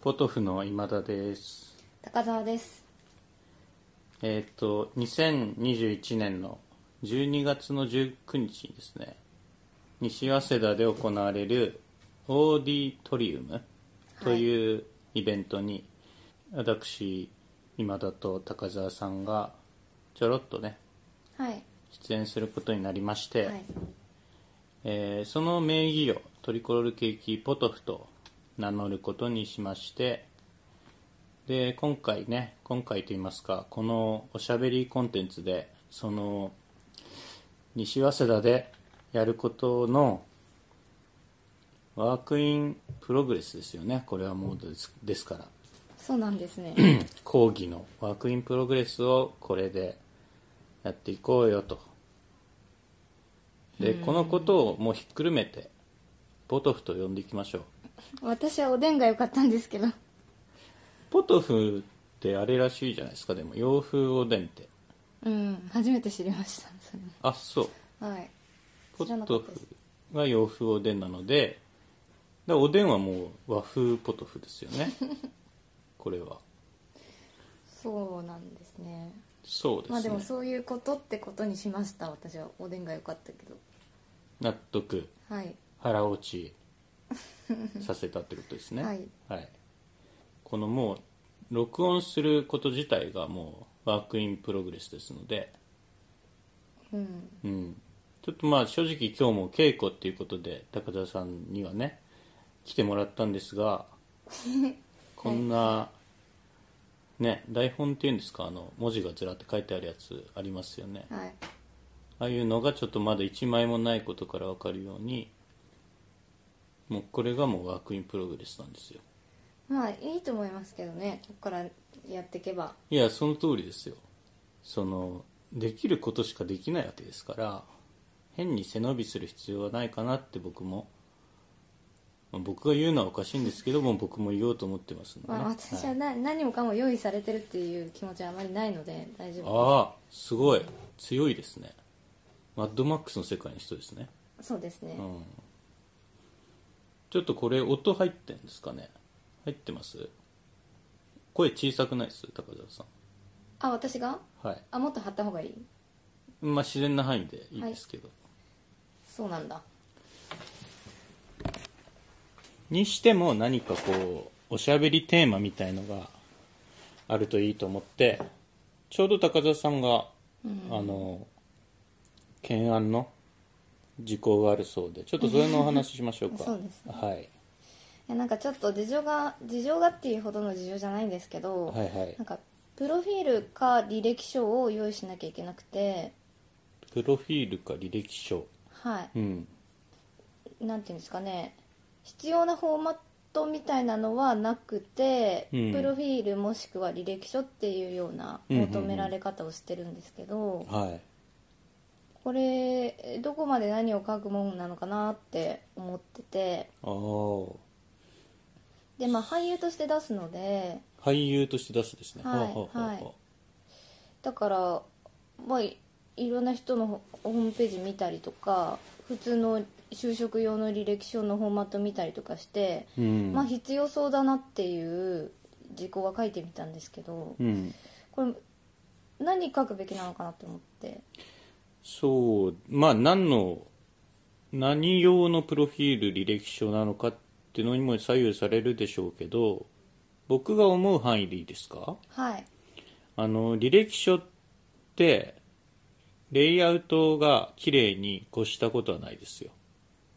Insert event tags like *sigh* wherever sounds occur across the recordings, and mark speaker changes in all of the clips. Speaker 1: ポトフの今田です。
Speaker 2: 高澤です
Speaker 1: えーっと、2021年の12月の19日にですね、西早稲田で行われるオーディトリウムというイベントに、私、今田と高澤さんがちょろっとね、
Speaker 2: はい
Speaker 1: 出演することになりまして、
Speaker 2: はい
Speaker 1: えーその名義をトリコロールケーキポトフと名乗ることにしましてで今回ね今回といいますかこのおしゃべりコンテンツでその西早稲田でやることのワークインプログレスですよねこれはもうですですから
Speaker 2: そうなんですね *clears throat*
Speaker 1: 講義のワークインプログレスをこれでやっていこうよとでこのことをもうひっくるめてポトフと呼んでいきましょう
Speaker 2: 私はおでんが良かったんですけど
Speaker 1: ポトフってあれらしいじゃないですかでも洋風おでんって
Speaker 2: うん初めて知りましたそれ
Speaker 1: あそう
Speaker 2: もはい
Speaker 1: ポ
Speaker 2: 知らなか
Speaker 1: ト
Speaker 2: ったです
Speaker 1: フが洋風おでんなのででおでんはもう和風ポトフですよ
Speaker 2: *laughs*
Speaker 1: ねこれは
Speaker 2: そうなんですね
Speaker 1: そうです
Speaker 2: まあ
Speaker 1: ね、
Speaker 2: でもそういうことってことにしました私はおでんが良かったけど
Speaker 1: 納得
Speaker 2: はい
Speaker 1: 腹落ちさせたってことですね
Speaker 2: はい、
Speaker 1: このもう録音すること自体がもうワークインプログレスですので、
Speaker 2: うん
Speaker 1: うん、ちょっとまあ正直今日も稽古っていうことで高田さんにはね来てもらったんです
Speaker 2: *laughs*
Speaker 1: がこんな、ね、台本っていうんですかあの文字がずらって書いてあるやつありますよね
Speaker 2: はい
Speaker 1: ああいうのがちょっとまだ1枚もないことから分かるようにもうこれがもうワークインプログレスなんですよ
Speaker 2: まあいいと思いますけどねここからやっていけば
Speaker 1: いやその通りですよそのできることしかできないわけですから変に背伸びする必要はないかなって僕もまあ僕が言うのはおかしいんですけども僕も言おうと思ってますので、ね
Speaker 2: まあ私はいな、何もかも用意されてるっていう気持ちはあまりないので大丈夫
Speaker 1: ああすごい強いですねマッドマックスの世界の人ですね
Speaker 2: ですそうですね、
Speaker 1: うんちょっとこれ音入ってんですかね入ってます声小さくないです高田さ
Speaker 2: あ私が
Speaker 1: んはい
Speaker 2: あもっと貼った方がいい
Speaker 1: まあ自然な範囲でいいですけど、
Speaker 2: そうなんだ
Speaker 1: にしても何かこうおしゃべりテーマみたいのがあるといいと思ってちょうど高田さんが、あの懸案の事項があるそうでちょっとそれのお話ししましょうか
Speaker 2: *laughs* そうですね
Speaker 1: はい、
Speaker 2: いやなんかちょっと事情が事情がっていうほどの事情じゃないんですけど、
Speaker 1: はいはい
Speaker 2: なんかプロフィールか履歴書を用意しなきゃいけなくて
Speaker 1: プロフィールか履歴書
Speaker 2: は
Speaker 1: うん
Speaker 2: いなんていうんですかね必要なフォーマットみたいなのはなくて、
Speaker 1: うん
Speaker 2: プロフィールもしくは履歴書っていうような
Speaker 1: うんうんうん
Speaker 2: 求められ方をしてるんですけど、
Speaker 1: はい
Speaker 2: これえどこまで何を書くもんなのかなって思ってて
Speaker 1: ああ
Speaker 2: でまあ俳優として出すので
Speaker 1: 俳優として出すですね。
Speaker 2: はいはいだからまあいいろんな人のホホームページ見たりとか普通の就職用の履歴書のフォーマット見たりとかして、
Speaker 1: い。うん。
Speaker 2: まあ必要そうだなっていう事項は書いてみたんですけど
Speaker 1: うん。
Speaker 2: これ何書くべきなのかなと思って
Speaker 1: そう、まあ何の、何用のプロフィール履歴書なのかっていうのにも左右されるでしょうけど、僕が思う範囲でいいですか
Speaker 2: はい
Speaker 1: あの、履歴書って、レイアウトが綺麗に越したことはないですよ。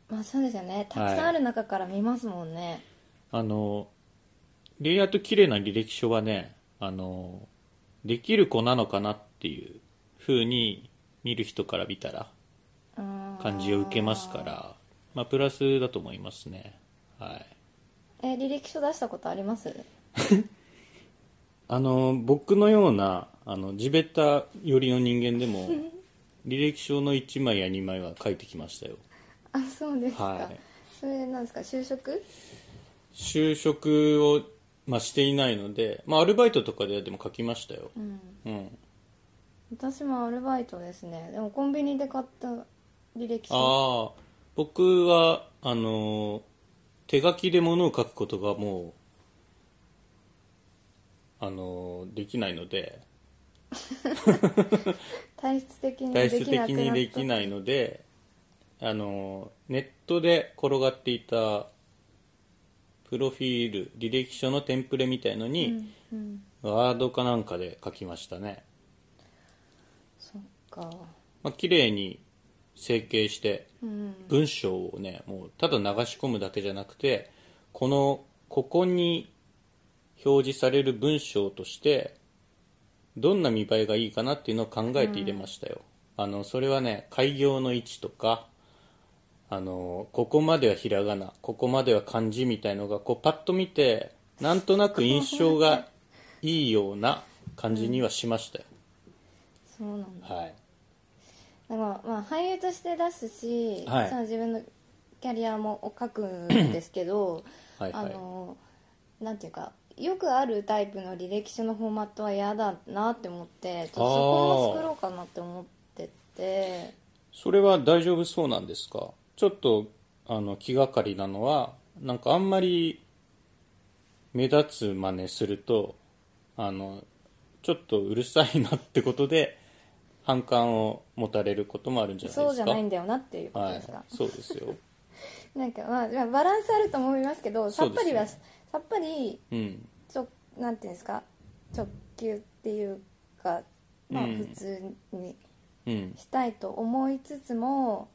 Speaker 2: まあそうですよねたくさんある中から見ますもんね、
Speaker 1: あの、レイアウト綺麗な履歴書はね、あの、できる子なのかなっていう風に見る人から見たら
Speaker 2: うーん
Speaker 1: 感じを受けますから、まあプラスだと思いますね。はい。
Speaker 2: え履歴書出したことあります
Speaker 1: あの、僕のような、あの、地べた寄りの人間で *laughs* も、履歴書の1枚や2枚は書いてきましたよ。
Speaker 2: あそうですか、
Speaker 1: はい
Speaker 2: それなんですか就職
Speaker 1: 就職を、まあ、していないので、まあアルバイトとかででも書きましたよ。
Speaker 2: うん
Speaker 1: うん。
Speaker 2: 私もアルバイトですねでもコンビニで買った履歴書
Speaker 1: ああ僕はあのー手書きで物を書くことがもうあのできないので
Speaker 2: 体質的に
Speaker 1: 体
Speaker 2: で
Speaker 1: 質
Speaker 2: きな
Speaker 1: 的
Speaker 2: く
Speaker 1: に
Speaker 2: な
Speaker 1: で
Speaker 2: っ
Speaker 1: き
Speaker 2: た
Speaker 1: ないのであのネットで転がっていたプロフィール履歴書のテンプレみたいのに、
Speaker 2: うん
Speaker 1: ワードかなんかで書きましたね、
Speaker 2: そっか
Speaker 1: まあ綺麗に整形して
Speaker 2: うん
Speaker 1: 文章をねもうただ流し込むだけじゃなくてこのここに表示される文章としてどんな見栄えがいいかなっていうのを考えて入れましたよ、あのそれはね開業の位置とかあのここまではひらがなここまでは漢字みたいのがこうパッと見てなんとなく印象
Speaker 2: *laughs*
Speaker 1: がいいような感じにはしましたよ、
Speaker 2: そうなんだ
Speaker 1: はい
Speaker 2: だからまあ俳優として出すし、
Speaker 1: はい
Speaker 2: その自分のキャリアも書くんですけど
Speaker 1: *coughs* はいはい
Speaker 2: あのなんていうかよくあるタイプの履歴書のフォーマットは嫌だなって思ってちょっとそこも作ろうかなって思ってて
Speaker 1: それは大丈夫そうなんですかちょっとあの気がかりなのはなんかあんまり目立つ真似するとあのちょっとうるさいなってことで反感を持たれることもあるんじゃないですか
Speaker 2: そうじゃないんだよなっていうこと
Speaker 1: は
Speaker 2: で
Speaker 1: い
Speaker 2: すか、、
Speaker 1: そうですよ、
Speaker 2: なんかまあまあバランスあると思いますけどさっぱりは、
Speaker 1: そうです
Speaker 2: さっぱり
Speaker 1: うん、
Speaker 2: ちょなんていうんですか直球っていうかまあ
Speaker 1: うん
Speaker 2: 普通に
Speaker 1: うん、
Speaker 2: したいと思いつつも、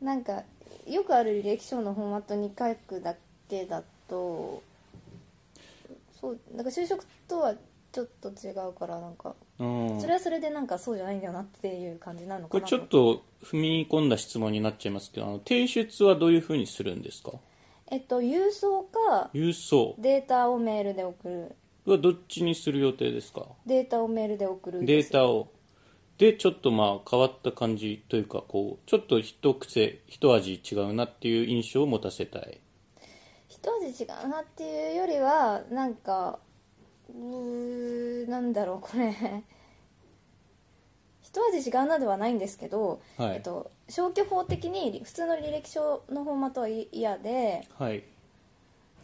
Speaker 2: なんかよくある履歴書のフォーマットに書くだけだとそうなんか就職とはちょっと違うからなんか
Speaker 1: うん
Speaker 2: それはそれでなんかそうじゃないんだよなっていう感じなのか
Speaker 1: こ
Speaker 2: な
Speaker 1: れちょっと踏み込んだ質問になっちゃいますけどあの提出はどういうふうにするんですか
Speaker 2: えっと郵送か
Speaker 1: 郵送
Speaker 2: データをメールで送る
Speaker 1: はどっちにする予定ですか
Speaker 2: データをメールで送る
Speaker 1: データをでちょっとまあ変わった感じというかこうちょっと一癖一味違うなっていう印象を持たせたい
Speaker 2: 一味違うなっていうよりはなんかうーなんだろうこれ一味違うなではないんですけど、
Speaker 1: はい
Speaker 2: えっと、消去法的に普通の履歴書のフォーマットはい嫌で、
Speaker 1: はい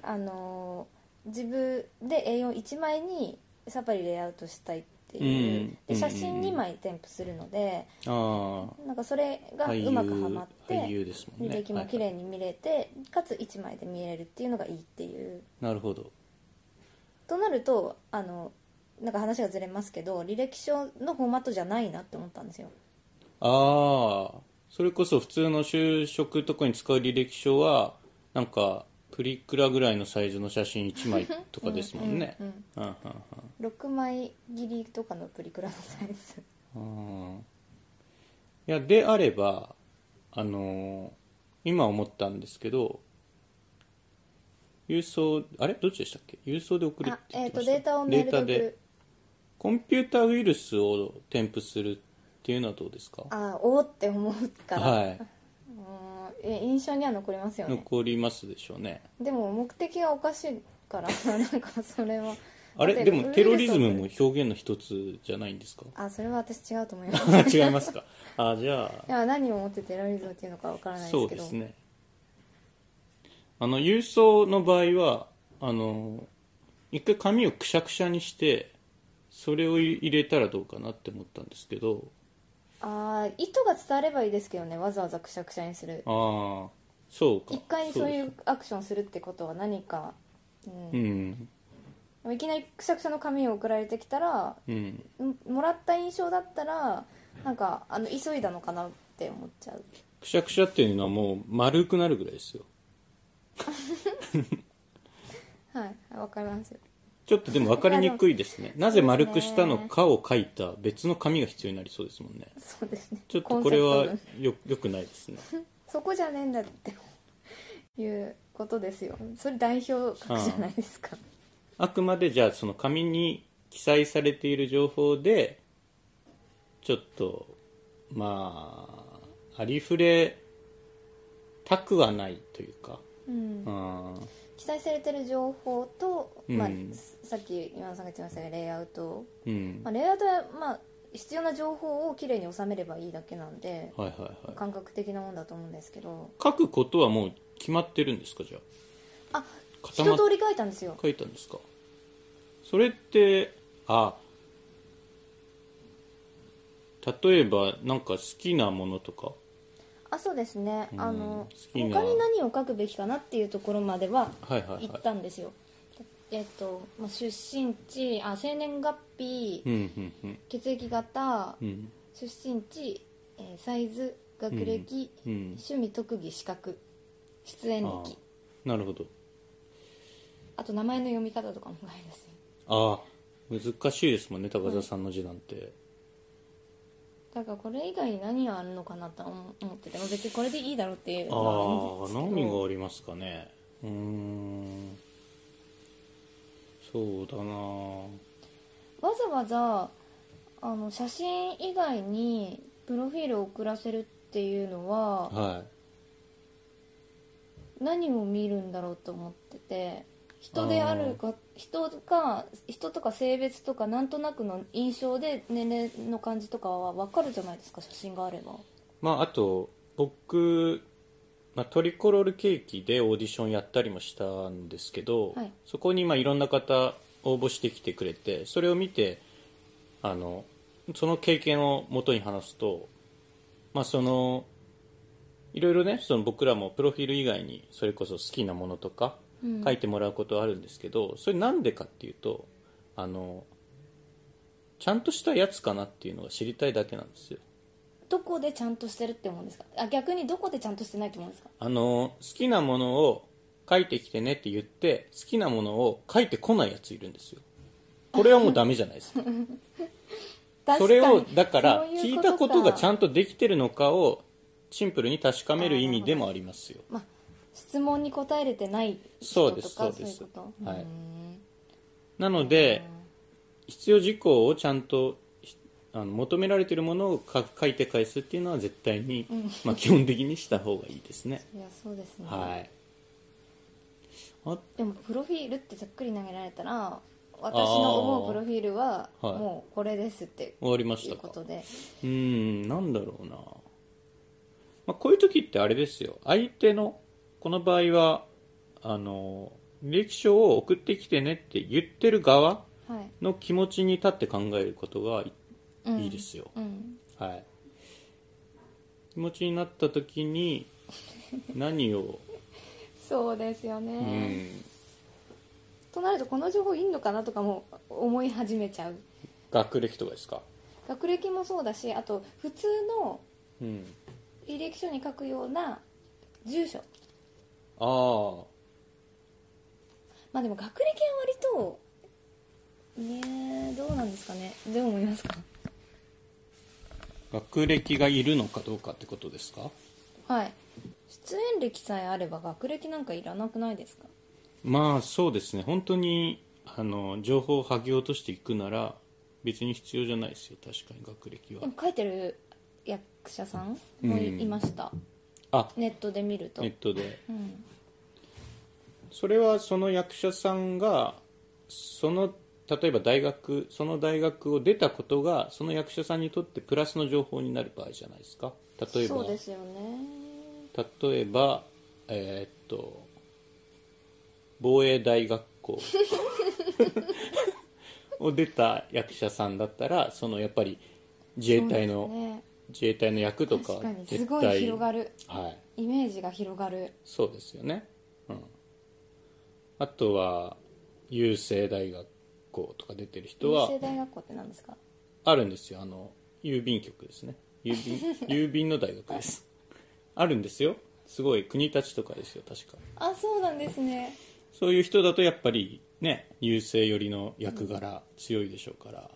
Speaker 2: あのー自分で A41 枚にさっぱりレイアウトしたいっていう、
Speaker 1: うん
Speaker 2: で
Speaker 1: うん
Speaker 2: 写真2枚添付するので、
Speaker 1: あ
Speaker 2: なんかそれ
Speaker 1: あ
Speaker 2: がうまくはまっ
Speaker 1: 俳
Speaker 2: て
Speaker 1: 優ですもん
Speaker 2: 履
Speaker 1: ね
Speaker 2: 歴も綺
Speaker 1: はい
Speaker 2: 麗に見れて、かつ1枚で見れるっていうのがいいっていう。
Speaker 1: なるほど
Speaker 2: となるとあのなんか話がずれますけど履歴書のフォーマットじゃないなって思ったんですよ
Speaker 1: ああそれこそ普通の就職とかに使う履歴書はなんかプリクラぐらいのサイズの写真1枚とかですもんね
Speaker 2: うん
Speaker 1: うんうん
Speaker 2: 6枚切りとかのプリクラのサイズ
Speaker 1: うんいやであればあのー今思ったんですけど郵送あれどっちでしたっけ郵送で送るっ
Speaker 2: あ
Speaker 1: て言
Speaker 2: え
Speaker 1: っ
Speaker 2: って
Speaker 1: まし
Speaker 2: と
Speaker 1: た
Speaker 2: データをメールで送
Speaker 1: データで
Speaker 2: る
Speaker 1: コンピューターウイルスを添付するっていうのはどうですか
Speaker 2: あおおって思うから、
Speaker 1: はい
Speaker 2: うんえ印象には残りますよね
Speaker 1: 残りますでしょうね
Speaker 2: でも目的がおかしいから *laughs* なんかそれは
Speaker 1: あ
Speaker 2: だ
Speaker 1: れ
Speaker 2: っ
Speaker 1: で
Speaker 2: て
Speaker 1: も
Speaker 2: ウイルスを
Speaker 1: テロリズムも表現の一つじゃないんですか *laughs*
Speaker 2: あそれは私違うと思います *laughs*
Speaker 1: 違いますかあじゃあ
Speaker 2: いや何をもってテロリズムっていうのかわからないで
Speaker 1: そ
Speaker 2: す
Speaker 1: う
Speaker 2: け
Speaker 1: で
Speaker 2: ど
Speaker 1: すねあの郵送の場合はあの一回紙をくしゃくしゃにしてそれを入れたらどうかなって思ったんですけど
Speaker 2: ああ意図が伝わればいいですけどねわざわざくしゃくしゃにする
Speaker 1: ああそうか
Speaker 2: 一回そうい
Speaker 1: で
Speaker 2: うアクションするってことは何か、うん
Speaker 1: すうん
Speaker 2: いきなりくしゃくしゃの紙を送られてきたら
Speaker 1: うん
Speaker 2: んもらった印象だったらなんかあの急いだのかなって思っちゃう
Speaker 1: くしゃくしゃっていうのはもう丸くなるぐらいですよ
Speaker 2: はいわかりますよ
Speaker 1: ちょっとでも分かりにくいですねなぜ丸くしたのかを書いた別の紙が必要になりそうですもんね
Speaker 2: そうですね
Speaker 1: ちょっとこれ
Speaker 2: コン
Speaker 1: は
Speaker 2: セプト文
Speaker 1: よよくないですね
Speaker 2: そこじゃねえんだっていうことですよそれ代表格じゃないですか
Speaker 1: あくまでじゃあその紙に記載されている情報でちょっとまあありふれたくはないというか、
Speaker 2: うん
Speaker 1: うん、
Speaker 2: 記載されてる情報と、まあ
Speaker 1: うん、
Speaker 2: さっき今野さんが言ってましたがレイアウト
Speaker 1: うん、
Speaker 2: ま
Speaker 1: は
Speaker 2: あ、レイアウトは、まあ、必要な情報をきれいに収めればいいだけなんで
Speaker 1: いはいはい
Speaker 2: 感覚的なもんだと思うんですけど
Speaker 1: 書くことはもう決まってるんですかじゃあ
Speaker 2: あ一
Speaker 1: 固まっ
Speaker 2: 通り書いたんですよ
Speaker 1: 書いたんですかそれってあ例えばなんか好きなものとか
Speaker 2: あそうですね、
Speaker 1: うん
Speaker 2: あの
Speaker 1: 好
Speaker 2: 他
Speaker 1: き
Speaker 2: に
Speaker 1: な
Speaker 2: 何を書くべきかなっていうところまでは
Speaker 1: はいはい
Speaker 2: 行
Speaker 1: は
Speaker 2: っ
Speaker 1: い
Speaker 2: たんですよ、えっと、まあ、出身地あ生年月日、
Speaker 1: うんうんうん
Speaker 2: 血液型、
Speaker 1: うん
Speaker 2: 出身地、えーサイズ学歴、
Speaker 1: うんうん
Speaker 2: 趣味特技資格出演
Speaker 1: あ
Speaker 2: 歴
Speaker 1: あなるほど
Speaker 2: あと名前の読み方とかもないです
Speaker 1: ああ
Speaker 2: よ
Speaker 1: 難しいですもんね高田さんの字なんて、
Speaker 2: だからこれ以外に何があるのかなと思思ってても別にこれでいいだろうっていう
Speaker 1: あ
Speaker 2: のは
Speaker 1: あ
Speaker 2: あるんですけ
Speaker 1: 何
Speaker 2: ど
Speaker 1: がありますかねうーんそうだな
Speaker 2: わざわざあの写真以外にプロフィールを送らせるっていうのは
Speaker 1: は
Speaker 2: 何を見るんだろうと思ってて人であるか人か人とか性別とかなんとなくの印象で年齢の感じとかは分かるじゃないですか写真があれば
Speaker 1: いまああと僕、まあ、トリコロールケーキでオーディションやったりもしたんですけど、
Speaker 2: はい
Speaker 1: そこにまあいろんな方応募してきてくれてそれを見てあのその経験をもとに話すとまあそのいろいろねその僕らもプロフィール以外にそれこそ好きなものとか
Speaker 2: うん
Speaker 1: 書いてもらうことはあるんですけど、それなんでかっていうとあのちゃんとしたやつかなっていうのが知りたいだけなんですよ
Speaker 2: どこでちゃんとしてるって思うんですかあ逆にどこでちゃんとしてないと思うんですか
Speaker 1: あの好きなものを書いてきてねって言って好きなものを書いてこないやついるんですよこれはもうダメじゃない
Speaker 2: *laughs*
Speaker 1: ですかそれをだから聞いたことがちゃ
Speaker 2: ん
Speaker 1: んとできてるのかをシンプルに確かめる意味でもありますよ
Speaker 2: まあ、質問に答えれてない
Speaker 1: そ
Speaker 2: 人
Speaker 1: うで
Speaker 2: と
Speaker 1: す
Speaker 2: か
Speaker 1: そうです
Speaker 2: いうこと
Speaker 1: はいう
Speaker 2: ーん
Speaker 1: なので必要事項をちゃんとひあの求められているものを書書いて返すっていうのは絶対に、まあ、基本的にした方がいいですね
Speaker 2: いやそうですね、 *laughs*
Speaker 1: はいあ
Speaker 2: でもプロフィールってざっくり投げられたら私の思うプロフィールは
Speaker 1: はい
Speaker 2: もうこれですって
Speaker 1: 終わりまし
Speaker 2: い
Speaker 1: た
Speaker 2: う
Speaker 1: か
Speaker 2: ことで
Speaker 1: うーん、なんだろうな。まあ、こういう時ってあれですよ。相手の、この場合は、あの、履歴書を送ってきてねって言ってる側
Speaker 2: はい、
Speaker 1: の気持ちに立って考えることがい,、
Speaker 2: うん、
Speaker 1: いいですよ。
Speaker 2: うん
Speaker 1: はい。気持ちになった時に、何を、
Speaker 2: *laughs* そうですよ
Speaker 1: う
Speaker 2: ね、
Speaker 1: ん、
Speaker 2: となるとこの情報いいのかなとかも思い始めちゃう
Speaker 1: 学歴とかですか。
Speaker 2: 学歴もそうだしあと普通の
Speaker 1: うん。
Speaker 2: 履歴書に書くような住所
Speaker 1: ああ、
Speaker 2: まあでも学歴は割とねえどうなんですかねどう思いますか
Speaker 1: 学歴がいるのかどうかってことですか
Speaker 2: はい出演歴さえあれば学歴なんかいらなくないですか
Speaker 1: まあそうですね本当にあの情報を剥ぎ落としていくなら別に必要じゃないですよ確かに学歴は
Speaker 2: でも書いてる役者さんも
Speaker 1: うん
Speaker 2: いいました、
Speaker 1: あ
Speaker 2: ネットで見ると、
Speaker 1: ネットで
Speaker 2: うん、
Speaker 1: それはその役者さんがその例えば大学その大学を出たことがその役者さんにとってプラスの情報になる場合じゃないですか例えば
Speaker 2: そうですよね
Speaker 1: 例えばえーっと防衛大学
Speaker 2: *laughs*
Speaker 1: 校を出た役者さんだったらそのやっぱり自衛隊
Speaker 2: そ
Speaker 1: の、
Speaker 2: うですね
Speaker 1: 自衛隊の役とか
Speaker 2: 確かにす
Speaker 1: 絶
Speaker 2: ごい
Speaker 1: 対
Speaker 2: 広がる
Speaker 1: はい
Speaker 2: イメージが広がる
Speaker 1: そうですよねうんあとは郵政大学校とか出てる人
Speaker 2: 郵
Speaker 1: は
Speaker 2: 政大学校って何ですか
Speaker 1: あるんですよあの郵便局ですね郵便
Speaker 2: *laughs*
Speaker 1: 郵便の大学ですあるんですよすごい国立とかですよ確か
Speaker 2: あそうなんですね
Speaker 1: そういう人だとやっぱりね、優勢寄りの役柄強いでしょうから、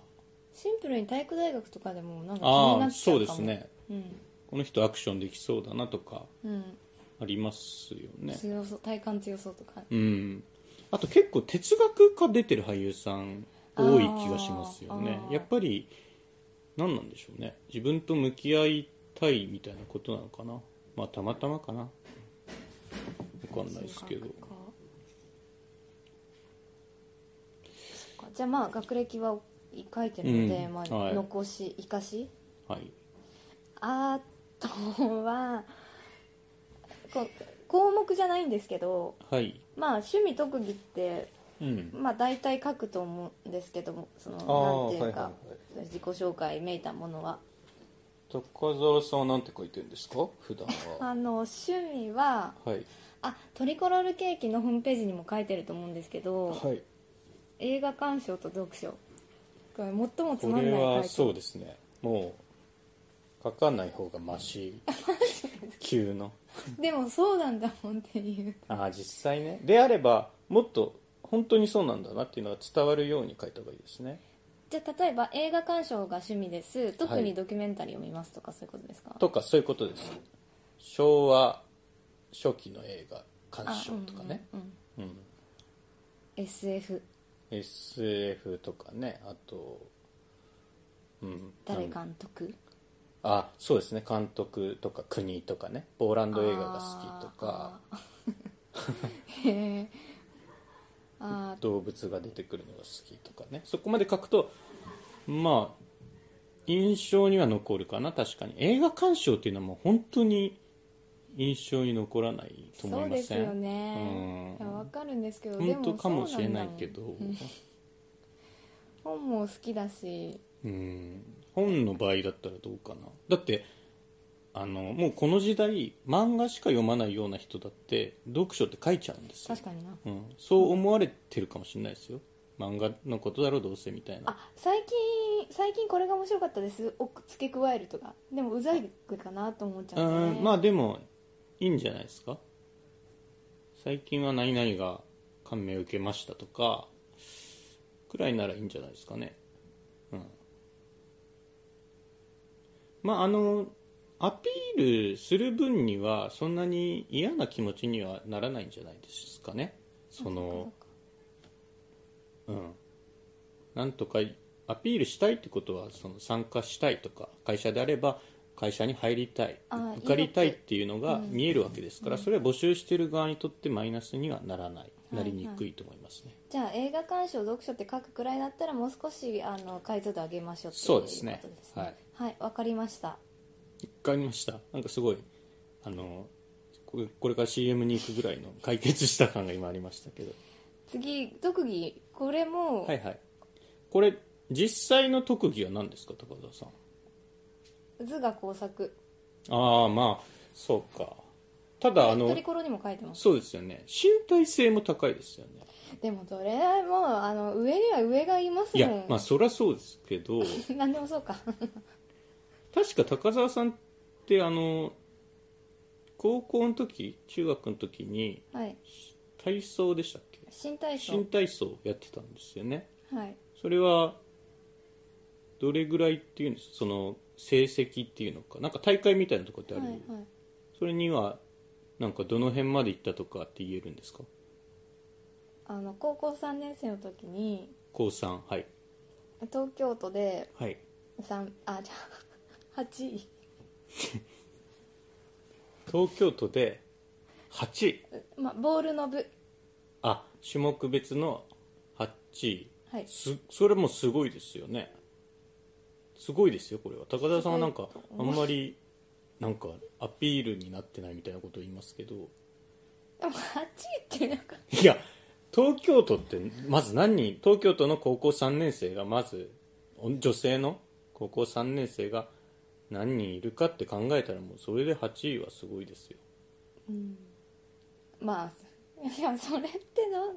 Speaker 2: シンプルに体育大学とかでもなんか気に
Speaker 1: あ
Speaker 2: な
Speaker 1: あ、
Speaker 2: っちゃ
Speaker 1: そう
Speaker 2: かも
Speaker 1: うですね。
Speaker 2: うん、
Speaker 1: この人アクションできそうだなとか、
Speaker 2: うん、
Speaker 1: ありますよね。
Speaker 2: 強そう体感強そうとか
Speaker 1: うん。あと結構哲学家出てる俳優さん多い気がしますよね
Speaker 2: あ。ー
Speaker 1: やっぱり、何なんでしょうね。自分と向き合いたいみたいなことなのかな。まあ、たまたまかな。わかんないですけど
Speaker 2: そう。かそっかじゃあまあ学歴は書いてるので、
Speaker 1: うん
Speaker 2: まあ
Speaker 1: はい
Speaker 2: 残し生かし
Speaker 1: はい。
Speaker 2: あとはこ項目じゃないんですけど
Speaker 1: はい。
Speaker 2: まあ趣味特技って
Speaker 1: うん
Speaker 2: まあ大体書くと思うんですけどもそ
Speaker 1: ああ
Speaker 2: のなんていうか、
Speaker 1: はいはい
Speaker 2: 自己紹介めいたものは
Speaker 1: 高蔵さんはなんて書いてるんですか普段は
Speaker 2: *laughs* あの趣味は
Speaker 1: はい
Speaker 2: あトリコロールケーキのホームページにも書いてると思うんですけど、
Speaker 1: はい
Speaker 2: 映画鑑賞と読書これ最もつ
Speaker 1: こ
Speaker 2: まん
Speaker 1: れ
Speaker 2: ない
Speaker 1: は
Speaker 2: 書
Speaker 1: そ
Speaker 2: いう
Speaker 1: ですねもう書かない方がマ *laughs* シ急の
Speaker 2: てでもそうなんだもんっていう
Speaker 1: ああ実際ねであればもっと本当にそうなんだなっていうのが伝わるように書いた方がいいですね
Speaker 2: じゃあ例えば映画鑑賞が趣味です特にドキュメンタリーを見ますとかそういうことですか、
Speaker 1: とかそういうことです昭和初期の映画鑑賞とかね、
Speaker 2: あうんうん
Speaker 1: うん
Speaker 2: SF
Speaker 1: SF とかねあと、うん、
Speaker 2: 誰監督
Speaker 1: あそうですね監督とか国とかねポーランド映画が好きとか
Speaker 2: あー *laughs* へえあー
Speaker 1: 動物が出てくるのが好きとかねそこまで書くとまあ印象には残るかな確かに映画鑑賞っていうのはもう本当に印象に残らないと思
Speaker 2: そ
Speaker 1: いうま
Speaker 2: で
Speaker 1: せ
Speaker 2: す
Speaker 1: ん
Speaker 2: よね
Speaker 1: う
Speaker 2: いや
Speaker 1: ん
Speaker 2: わかるんですけどで
Speaker 1: 本
Speaker 2: も
Speaker 1: 当かもしれない
Speaker 2: そうんだもん
Speaker 1: けど
Speaker 2: うん本も好きだし
Speaker 1: うん本の場合だったらどうかなだってあのもうこの時代漫画しか読まないような人だって読書って書いちゃうんですよ
Speaker 2: 確かにな
Speaker 1: うん、そう思われてるかもしれないですよ漫画のことだろうどうせみたいな
Speaker 2: あ最近最近これが面白かったですを付け加えるとかでもうざいかなと思っちゃ
Speaker 1: う
Speaker 2: うんですよ
Speaker 1: ん
Speaker 2: ね
Speaker 1: まあでもいいんじゃないですか最近は何々が感銘を受けましたとかくらいならいいんじゃないですかねうんまああのアピールする分にはそんなに嫌な気持ちにはならないんじゃないですかねそのうん、なんとかアピールしたいってことはその参加したいとか会社であれば会社に入りたい
Speaker 2: あ
Speaker 1: 受かりたいっていうのが見えるわけですから、それは募集している側にとってマイナスにはならない、
Speaker 2: い
Speaker 1: なりにくいと思いますね、
Speaker 2: じゃあ映画鑑賞読書って書くくらいだったらもう少しあの解像度上げましょうっていう
Speaker 1: そうですね
Speaker 2: ことですねはいわ、かりました
Speaker 1: わかりましたなんかすごいあのこれこれから CM に行くぐらいの解決した感が今ありましたけど
Speaker 2: 次特技これも、
Speaker 1: はいはいこれ実際の特技は何ですか高田さん
Speaker 2: 図画工作
Speaker 1: ああまあそうかただあの
Speaker 2: トリコロにも書いてます
Speaker 1: そうですよね身体性も高いですよね
Speaker 2: でもどれもあの上には上がいます
Speaker 1: い
Speaker 2: も
Speaker 1: や
Speaker 2: ん
Speaker 1: まあそりゃそうですけど
Speaker 2: *laughs* 何でもそうか
Speaker 1: 確か高澤さんってあの高校の時中学の時に
Speaker 2: はい
Speaker 1: 体操でしたっけ
Speaker 2: 新体操
Speaker 1: 新体操やってたんですよね
Speaker 2: はい
Speaker 1: それはどれぐらいっていうんですその成績っていうのかなんか大会みたいなとこってあ
Speaker 2: はい
Speaker 1: る、
Speaker 2: はい
Speaker 1: それにはなんかどの辺まで行ったとかって言えるんですか
Speaker 2: あの高校3年生の時に
Speaker 1: 高3はい
Speaker 2: 東京都で
Speaker 1: はい
Speaker 2: 三あじゃあ *laughs* 8位
Speaker 1: 東京都で8位
Speaker 2: まあボールの部
Speaker 1: あ種目別の8位
Speaker 2: はい
Speaker 1: すそれもすごいですよねすごいですよこれは高田さんはなんか
Speaker 2: すごいと
Speaker 1: あ
Speaker 2: 思うん
Speaker 1: まりなんかアピールになってないみたいなことを言いますけど
Speaker 2: でも8位ってなんか
Speaker 1: いや東京都ってまず何人東京都の高校3年生がまずお女性の高校3年生が何人いるかって考えたらもうそれで8位はすごいですよ
Speaker 2: まあいやそれってど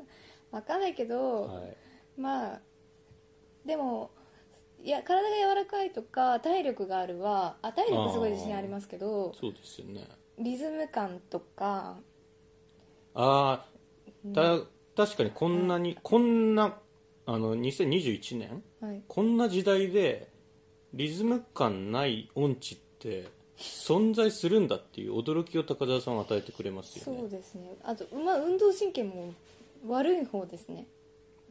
Speaker 2: うわかんないけど、
Speaker 1: はい
Speaker 2: まあでもいや体が柔らかいとか体力があるはあ体力すごい自信ありますけど
Speaker 1: そうですよね
Speaker 2: リズム感とか
Speaker 1: ああた、確かにこんなに、こんなあの2021年
Speaker 2: はい
Speaker 1: こんな時代でリズム感ない音痴って存在するんだっていう驚きを高澤さんは与えてくれますよ
Speaker 2: そう
Speaker 1: ね
Speaker 2: ですねあと、まあ、運動神経も悪い方ですね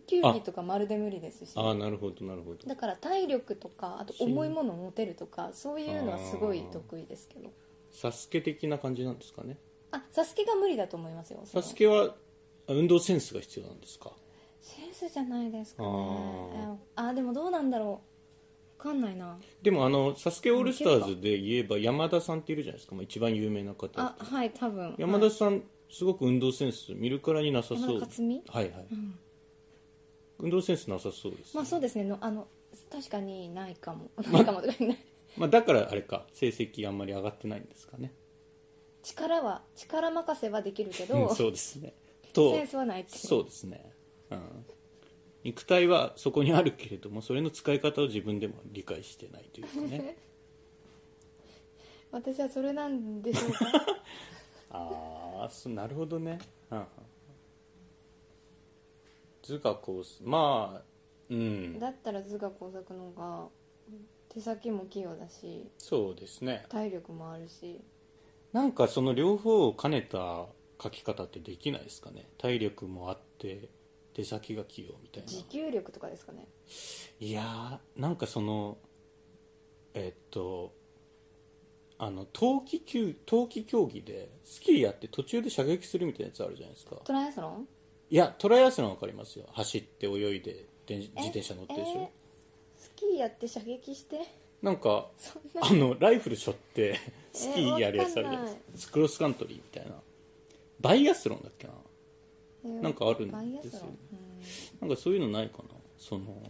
Speaker 2: 球技とかまるで無理ですし
Speaker 1: ああなるほどなるほど
Speaker 2: だから体力とかあと重いものを持てるとかそういうのはすごい得意ですけど
Speaker 1: サスケ的な感じなんですかね
Speaker 2: あサスケが無理だと思いますよそ
Speaker 1: サ
Speaker 2: の
Speaker 1: スケはあ運動センスが必要なんですか
Speaker 2: センスじゃないですか
Speaker 1: あ
Speaker 2: ね
Speaker 1: ー
Speaker 2: あでもどうなんだろう分かんないな
Speaker 1: でもあのサスケオールスターズで言えば山田さんっているじゃないですか、まあ、一番有名な方って
Speaker 2: あはい多分
Speaker 1: 山田さん、すごく運動センス見るからになさ
Speaker 2: はい
Speaker 1: そ
Speaker 2: 山
Speaker 1: う
Speaker 2: 田勝美
Speaker 1: はいはい、運動センスなさそうです、
Speaker 2: まあそうですねのあの確かにないかもないかもとかない
Speaker 1: まあ、だからあれか成績あんまり上がってないんですかね
Speaker 2: 力は力任せはできるけ
Speaker 1: うん
Speaker 2: ど、
Speaker 1: そうですねと
Speaker 2: センスはないって
Speaker 1: そうですね、うん、肉体はそこにあるけれどもそれの使い方を自分でも理解してないというか *laughs* ね
Speaker 2: 私はそれなんでしょうか
Speaker 1: ああなるほどね、うんうん、図画構成まあうん
Speaker 2: だったら図画工作の方が手先も器用だし
Speaker 1: そうですね
Speaker 2: 体力もあるし
Speaker 1: なんかその両方を兼ねた書き方ってできないですかね体力もあって手先が器用みたいな
Speaker 2: 持久力とかですかね
Speaker 1: いやーなんかそのえっとあの冬季球冬季競技でスキーやって途中で射撃するみたいなやつあるじゃないですか
Speaker 2: トライアスロン
Speaker 1: いやトライアスロンわかりますよ走って泳いでで自
Speaker 2: え
Speaker 1: 転車乗ってでし
Speaker 2: えー
Speaker 1: ょ、
Speaker 2: スキーやって射撃して
Speaker 1: なんか
Speaker 2: そん
Speaker 1: あのライフル背負ってスキーやるやつあるじゃない
Speaker 2: わ
Speaker 1: で
Speaker 2: かん
Speaker 1: す
Speaker 2: ない
Speaker 1: か,、クロスカントリーみたいなバイアスロンだっけな
Speaker 2: な
Speaker 1: なんかあるんですよ
Speaker 2: バイアスロン、
Speaker 1: なんかそういうのないかなその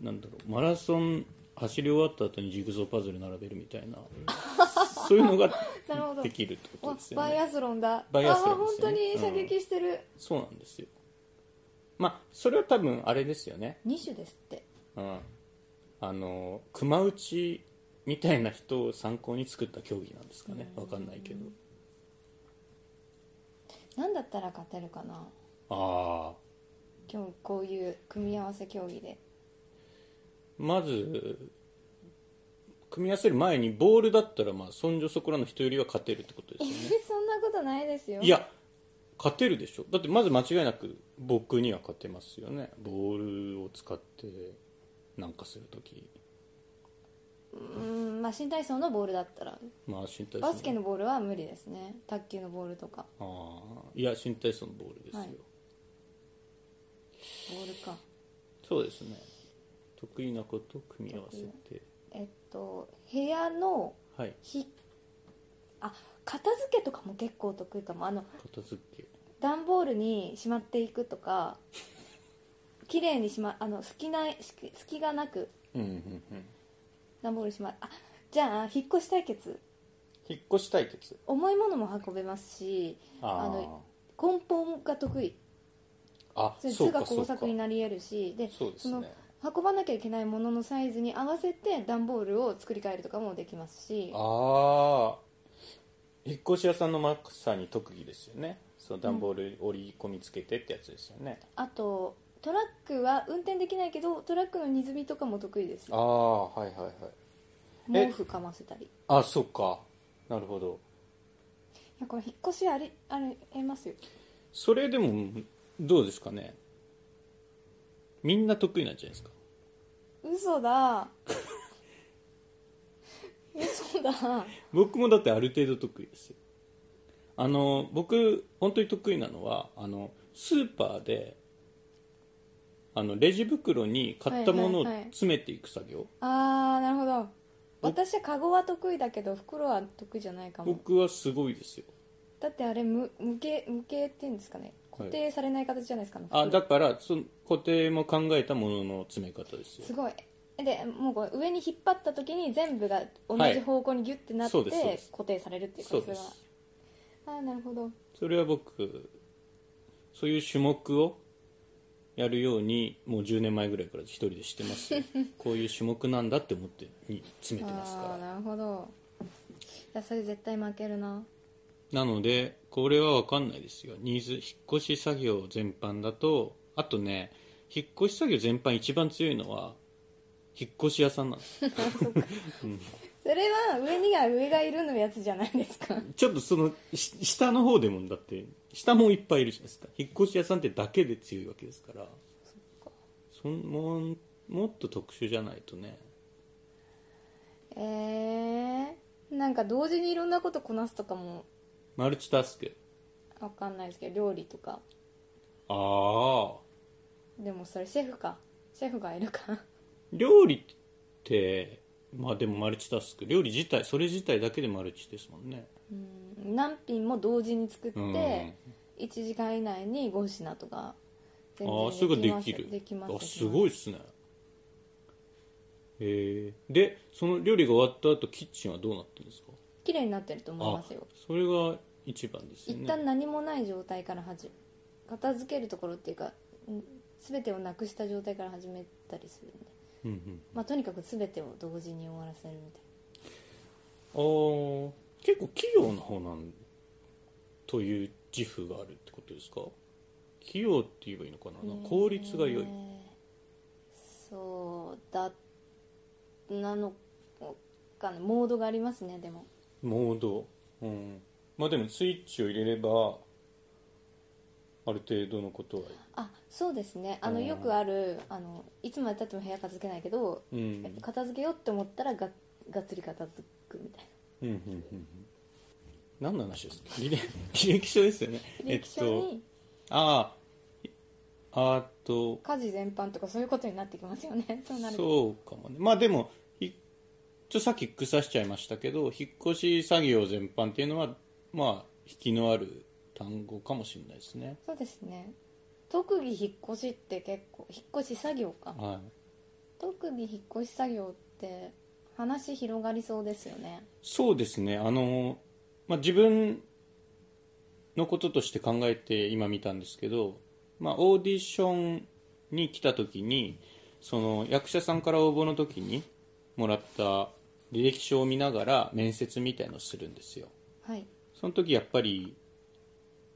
Speaker 1: なんだろうマラソン走り終わった後にジグソーパズル並べるみた
Speaker 2: *laughs*
Speaker 1: いなそういうのが
Speaker 2: なるほど
Speaker 1: できるって
Speaker 2: うん
Speaker 1: こと
Speaker 2: わ
Speaker 1: ですよ
Speaker 2: バイ
Speaker 1: ね
Speaker 2: アスロンだ
Speaker 1: バイアスロンですよ
Speaker 2: ああ
Speaker 1: ね
Speaker 2: ー本当に射撃してる、
Speaker 1: そうなんですよまあそれは多分あれですよね
Speaker 2: 二2種ですって
Speaker 1: うんあの熊内みたいな人を参考に作った競技なんですかねわかんないけど
Speaker 2: 何だったら勝てるかな
Speaker 1: ああ
Speaker 2: 今日こういう組み合わせ競技で
Speaker 1: まず組み合わせる前にボールだったらまあそんじょそこらの人よりは勝てるってことですよね
Speaker 2: そんなことないですよ
Speaker 1: いや勝てるでしょだってまず間違いなく僕には勝てますよねボールを使ってなんかするとき、
Speaker 2: うーんまあ新体操のボールだったら
Speaker 1: まあ、身体操
Speaker 2: バスケのボールは無理ですね卓球のボールとか
Speaker 1: ああいや身体操のボールですよ、
Speaker 2: はいボールか
Speaker 1: そうですね得意なことを組み合わせて
Speaker 2: えっと部屋の
Speaker 1: はい
Speaker 2: ひあ片付けとかも結構得意かもあの
Speaker 1: 片付け
Speaker 2: 段ボールにしまっていくと
Speaker 1: *laughs*
Speaker 2: か綺麗にしまあの隙ない隙隙がなく
Speaker 1: うんうんうん
Speaker 2: 段ボールしまあじゃあ引っ越し対決
Speaker 1: 引っ越し対決
Speaker 2: 重いものも運べますしあの梱包が得意
Speaker 1: ああ
Speaker 2: それ
Speaker 1: そ
Speaker 2: 図
Speaker 1: う
Speaker 2: が
Speaker 1: かそう
Speaker 2: 工
Speaker 1: か
Speaker 2: 作になり得るしで
Speaker 1: そうですね
Speaker 2: その運ばなきゃいけないもののサイズに合わせて段ボールを作り変えるとかもできますし
Speaker 1: ああ引っ越し屋さんのまさに特技ですよねその段ボール折り込みつけてってやつですよね、
Speaker 2: あとトラックは運転できないけどトラックの荷積みとかも得意です
Speaker 1: ああはいはいはいえ
Speaker 2: 毛布かませたりい
Speaker 1: あそっかなるほど
Speaker 2: やこれ引っ越しありありえますよ
Speaker 1: それでもどうですかねみんな得意なんじゃないですか *laughs*
Speaker 2: 嘘だ嘘だ
Speaker 1: 僕もだってある程度得意ですよあの僕本当に得意なのはあのスーパーであのレジ袋に買ったものを
Speaker 2: はいはいはい
Speaker 1: 詰めていく作業、
Speaker 2: あーなるほど私はカゴは得意だけど袋は得意じゃないかも
Speaker 1: 僕はすごいですよ
Speaker 2: だってあれ無無形無形っていうんですかね固定されない形じゃないですか、
Speaker 1: あ
Speaker 2: 袋
Speaker 1: だからその固定も考えたものの詰め方ですよ
Speaker 2: すごいでもうこう上に引っ張った時に全部が同じ方向にギュッてなって、
Speaker 1: はいそうですそうです
Speaker 2: 固定されるっていう
Speaker 1: そう
Speaker 2: 感じ
Speaker 1: で
Speaker 2: が
Speaker 1: す
Speaker 2: ああなるほど
Speaker 1: それは僕そういう種目をやるようにもう10年前ぐらいから一人でして *laughs* ますよこういう種目なんだって思ってに詰めてます
Speaker 2: あ
Speaker 1: から
Speaker 2: あなるほどいやそれ絶対負けるな
Speaker 1: なのでこれは分かんないですよニーズ引っ越し作業全般だとあとね引っ越し作業全般一番強いのは引っ越し屋さんなんです
Speaker 2: それは上にが上がいるのやつじゃないです
Speaker 1: *laughs*
Speaker 2: か
Speaker 1: ちょっとそのし下の方でもだって下もいっぱいいるじゃないですか引っ越し屋さんってだけで強いわけですからそんもんもっと特殊じゃないとね
Speaker 2: えー、なんか同時にいろんなことこなすとかも
Speaker 1: マルチタスク
Speaker 2: わかんないですけど料理とか
Speaker 1: ああ
Speaker 2: でもそれシェフかシェフがいるか
Speaker 1: 料理ってまあでもマルチタスク料理自体それ自体だけでマルチですもんね
Speaker 2: うん何品も同時に作って、
Speaker 1: うん
Speaker 2: 1時間以内に5品と
Speaker 1: あ
Speaker 2: か全然
Speaker 1: ーすぐで
Speaker 2: ます
Speaker 1: きる
Speaker 2: できます
Speaker 1: あすごいっすねえーでその料理が終わった後キッチンはどうなってるんですか
Speaker 2: 綺麗になってると思いますよ
Speaker 1: それが一番ですよ
Speaker 2: 一
Speaker 1: ね
Speaker 2: 旦何もない状態から始め片付けるところっていうかん全てをなくした状態から始めたりするんで、
Speaker 1: うんうん
Speaker 2: まあ、とにかく全てを同時に終わらせるみたい
Speaker 1: あー結構器用な方なんという自負があるってことですか器用って言えばいいのかな
Speaker 2: な
Speaker 1: なんか効率が良い、
Speaker 2: ねそうだなのかなモードがありますねでも
Speaker 1: モードうんまあでもスイッチを入れればある程度のことは
Speaker 2: あそうですねあの
Speaker 1: うん
Speaker 2: よくあるあのいつまでたっても部屋片付けないけど、
Speaker 1: うんうん
Speaker 2: 片付けようって思ったらががっつり片付くみたい
Speaker 1: うんうんうんうん何の話
Speaker 2: *laughs*
Speaker 1: ですか履歴履歴書ですよね
Speaker 2: な歴書
Speaker 1: えっと
Speaker 2: に
Speaker 1: あああーっと
Speaker 2: 家事全般とかそういうことになってきますよね *laughs* そうなると
Speaker 1: そうかもねまあでもひちょっとさっき腐しちゃいましたけど引っ越し作業全般っていうのはまあ引きのある単語かもしれないですね
Speaker 2: そうですね特技引っ越しって結構引っ越し作業か
Speaker 1: は
Speaker 2: 特技引っ越し作業って話広がりそうですよね
Speaker 1: いそうですねあの、まあ、自分のこととして考えて今見たんですけど、まあ、オーディションに来た時にその役者さんから応募の時にもらった履歴書を見ながら面接みたいのをするんですよ
Speaker 2: はい
Speaker 1: その時やっぱり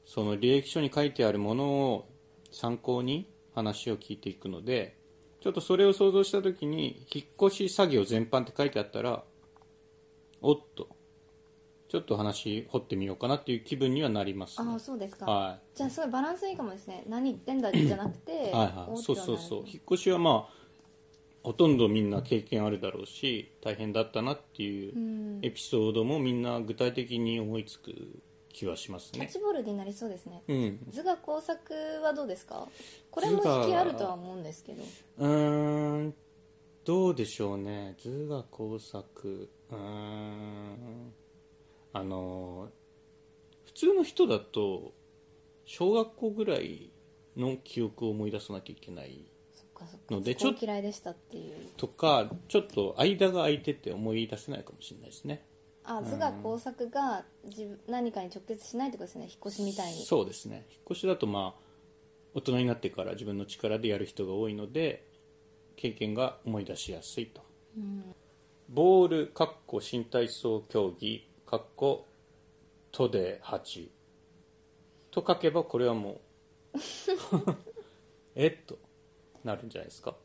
Speaker 1: その履歴書に書いてあるものを参考に話を聞いていくのでちょっとそれを想像した時に引っ越し作業全般って書いてあったらおっとちょっと話掘ってみようかなっていう気分にはなりますね
Speaker 2: ああそうですか、
Speaker 1: は
Speaker 2: じゃあすごいバランスいいかもですね何言ってんだじゃなくて
Speaker 1: いはいはい
Speaker 2: おー
Speaker 1: そう
Speaker 2: っては
Speaker 1: そう
Speaker 2: なる
Speaker 1: そう引っ越しはまあほとんどみんな経験あるだろうし大変だったなっていううんエピソードもみんな具体的に思いつく気はします
Speaker 2: キャッ
Speaker 1: ね
Speaker 2: チボールになりそうですね
Speaker 1: うん
Speaker 2: 図画工作はどうですかこれも引きあるとは思うんですけど
Speaker 1: うーんどうでしょうね図画工作うーんあの普通の人だと小学校ぐらいの記憶を思い出さなきゃいけない
Speaker 2: そっかそっ
Speaker 1: の
Speaker 2: か
Speaker 1: で
Speaker 2: 図工
Speaker 1: ちょっと
Speaker 2: 嫌いでしたっていう
Speaker 1: とかちょっと間が空いてて思い出せないかもしれないですね
Speaker 2: あ図画工作が自分何かに直結しないってことですね引っ越しみたいに
Speaker 1: そうですね引っ越しだとまあ大人になってから自分の力でやる人が多いので経験が思い出しやすいと、ボールかっこ新体操競技かっこ「とで8」と書けばこれはもう *laughs* えっとなるんじゃないですか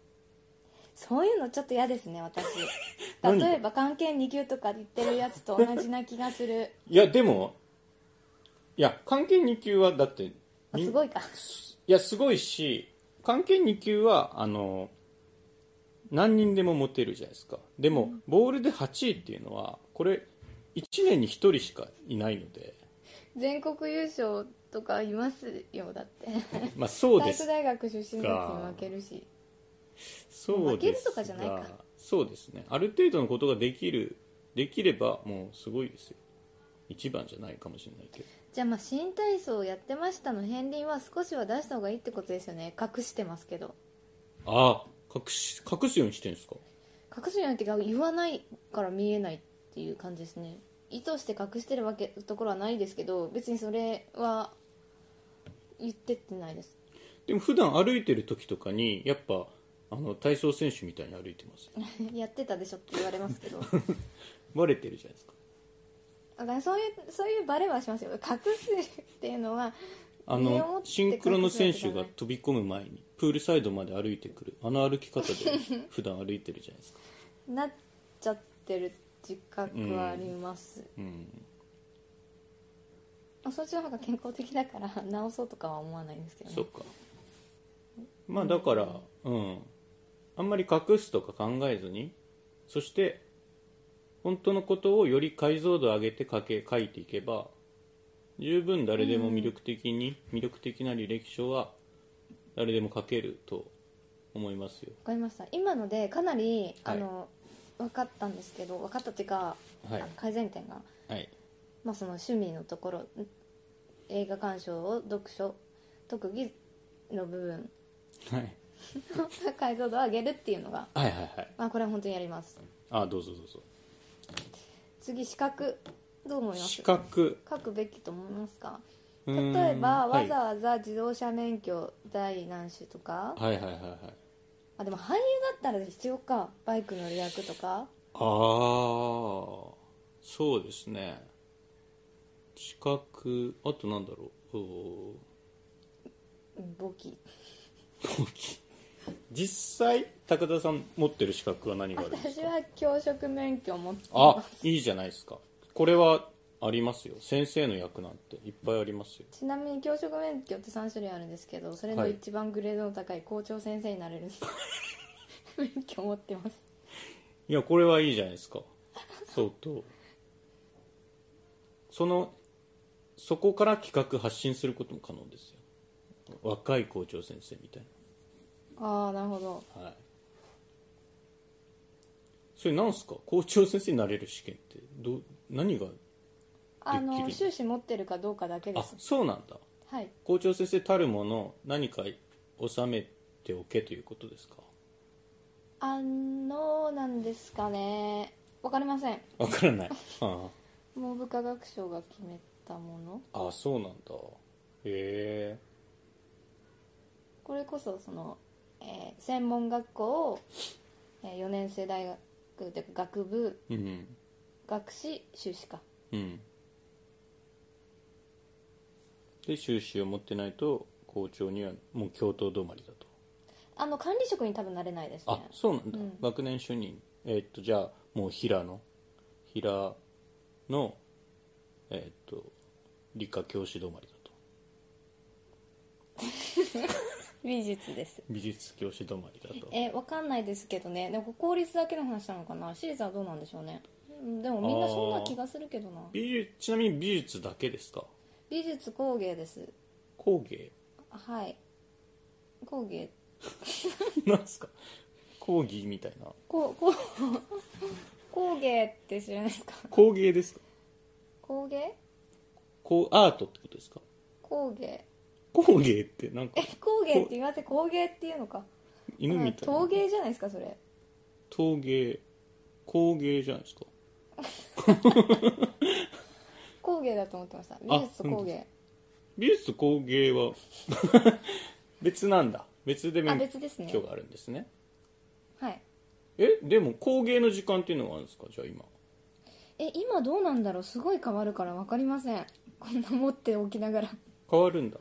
Speaker 2: そういうのちょっと嫌ですね私
Speaker 1: *laughs* 何が
Speaker 2: 例えば関係2級とか言ってるやつと同じな気がする
Speaker 1: いやでもいや関係2級はだって
Speaker 2: あ
Speaker 1: み
Speaker 2: すごいか
Speaker 1: いやすごいし関係2級はあの何人でも持てるじゃないですかでも、ボールで8位っていうのはこれ1年に1人しかいないので
Speaker 2: 全国優勝とかいますよだって
Speaker 1: まあそう
Speaker 2: 体
Speaker 1: で
Speaker 2: 育
Speaker 1: す
Speaker 2: 大学出身のやつに負けるし
Speaker 1: そうです
Speaker 2: 負けるとかじゃないか
Speaker 1: そうですねある程度のことができるできればもうすごいですよ一番じゃないかもしれないけど
Speaker 2: じゃあまあ新体操をやってましたの片鱗は少しは出した方がいいってことですよね隠してますけど
Speaker 1: ああ隠し隠すようにしてるんですか
Speaker 2: 隠すようにっていうか言わないから見えないっていう感じですね意図して隠してるわけところはないですけど別にそれは言ってってないです *laughs*
Speaker 1: でも普段歩いてる時とかにやっぱあの体操選手みたいに歩いてますよ
Speaker 2: やってたでしょって言われます
Speaker 1: *laughs*
Speaker 2: けど
Speaker 1: バレてるじゃないですか
Speaker 2: だからそういうそういうバレはしますよ隠すっていうのは
Speaker 1: あ
Speaker 2: 身をも
Speaker 1: の
Speaker 2: って
Speaker 1: シンクロの選手
Speaker 2: 隠すわ
Speaker 1: が
Speaker 2: けじ
Speaker 1: 飛び込む前にプールサイドまで歩いてくるあの歩き *laughs* 方で普段歩いてるじゃないですか、
Speaker 2: ゃないなっちゃってる自覚はあります、
Speaker 1: うん、
Speaker 2: まあ、そっちの方が健康的だから直そうとかは思わないんですけどね
Speaker 1: そっかまあだからうんあんまり隠すとか考えずにそして本当のことをより解像度を上げて書け書いていけば十分誰でも魅力的に、魅力的な履歴書は誰でも書けると思いますよ
Speaker 2: わかりました今のでかなり、
Speaker 1: はい
Speaker 2: あの分かったんですけど分かったっていうか、
Speaker 1: はい
Speaker 2: あ改善点が、
Speaker 1: はい
Speaker 2: まあ、その趣味のところん映画鑑賞を読書特技の部分
Speaker 1: はい
Speaker 2: 解像度を上げるっていうのが、
Speaker 1: はいはいはい
Speaker 2: まあ、これは本当にやります
Speaker 1: あどうぞどうぞ
Speaker 2: 次視覚どう思います
Speaker 1: 資格
Speaker 2: 書くべきと思いますか
Speaker 1: うーん
Speaker 2: 例えば、
Speaker 1: はい
Speaker 2: わざわざ自動車免許第何種とか
Speaker 1: はいはいはいはい
Speaker 2: あでも俳優だったら必要かバイク乗る役とか
Speaker 1: ああそうですね資格あとなんだろうお
Speaker 2: 簿記
Speaker 1: ー実際高田さん持ってる資格は何があるんです
Speaker 2: 私
Speaker 1: か
Speaker 2: は教職免許を持って
Speaker 1: あいいじゃないですかこれはありますよ先生の役なんていっぱいありますよ
Speaker 2: ちなみに教職免許って3種類あるんですけどそれの
Speaker 1: はい
Speaker 2: 一番グレードの高い校長先生になれる、 *laughs* 免許を持ってます
Speaker 1: いやこれはいいじゃないですか相当そのそこから企画発信することも可能ですよ若い校長先生みたい
Speaker 2: ああなるほど
Speaker 1: なはいそれなんすか校長先生になれる試験ってどう何が
Speaker 2: あ
Speaker 1: でき
Speaker 2: の
Speaker 1: る
Speaker 2: 修士持ってるかどうかだけで
Speaker 1: あ
Speaker 2: す
Speaker 1: そうなんだ
Speaker 2: はい
Speaker 1: 校長先生たるもの何か収めておけということですか
Speaker 2: あのなんですかねわかりません
Speaker 1: わからないあ
Speaker 2: 文部科学省が決めたもの
Speaker 1: ああそうなんだへえ
Speaker 2: これこそその、えー専門学校を、え4年生大学というか学部
Speaker 1: うん
Speaker 2: 学士修士か
Speaker 1: うん、で収支を持ってないと校長にはもう教頭止まりだと
Speaker 2: あの管理職に多分なれないです
Speaker 1: あ
Speaker 2: ね
Speaker 1: そうなんだ、
Speaker 2: うん
Speaker 1: 学年主任えーっとじゃあもう平野平野えーっと理科教師止まりだと
Speaker 2: 美術です
Speaker 1: 美術教師止まりだと
Speaker 2: えわかんないですけどねでも公立だけの話なのかな私立はどうなんでしょうねうんでもみんなそんな気がするけどな
Speaker 1: 美術ちなみに美術だけですか
Speaker 2: 美術工芸です
Speaker 1: 工芸 *laughs*
Speaker 2: はい工芸
Speaker 1: なんすか講義みたいな
Speaker 2: こうこう *laughs* 工芸って知らないですか
Speaker 1: 工芸ですか
Speaker 2: 工芸
Speaker 1: こうアートってことですか
Speaker 2: 工芸
Speaker 1: 工芸ってなんか
Speaker 2: え工芸って言いません工芸っていうのか
Speaker 1: 犬みたいな
Speaker 2: 陶芸じゃないですかそれ
Speaker 1: 陶芸工芸じゃないですか
Speaker 2: 工芸だと思ってました美術と工芸
Speaker 1: 美術と工芸は *laughs* 別なんだ別で
Speaker 2: あ
Speaker 1: 勉
Speaker 2: 別ですね
Speaker 1: 強があるんですね
Speaker 2: はい
Speaker 1: えでも工芸の時間っていうのがあるんですかじゃあ今
Speaker 2: え今どうなんだろうすごい変わるから分かりませんこんな持っておきながら
Speaker 1: 変わるんだ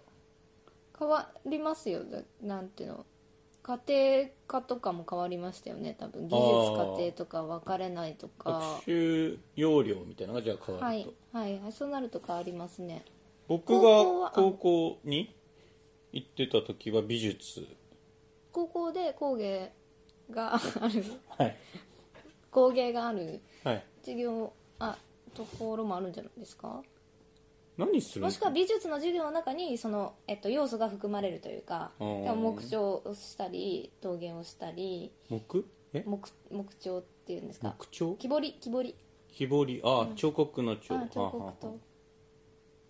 Speaker 2: 変わりますよだなんていうの家庭科とかも変わりましたよね多分技術家庭とか分かれないとか
Speaker 1: 学習要領みたいなのがじゃあ変わると、
Speaker 2: はいはいはいそうなると変わりますね
Speaker 1: 僕
Speaker 2: 高校は
Speaker 1: が高校に行ってた時は美術
Speaker 2: 高校で工芸が *laughs* ある
Speaker 1: はい
Speaker 2: 工芸がある
Speaker 1: はい
Speaker 2: 授業あところもあるんじゃないですか
Speaker 1: 何する
Speaker 2: もしくは美術の授業の中にその、えっと、要素が含まれるというか
Speaker 1: あー
Speaker 2: 木彫をしたり陶芸をしたり
Speaker 1: 木え
Speaker 2: 木木彫っていうんですか
Speaker 1: 木彫
Speaker 2: 木彫り木彫り
Speaker 1: 木彫りあ、彫刻の彫
Speaker 2: あ彫刻と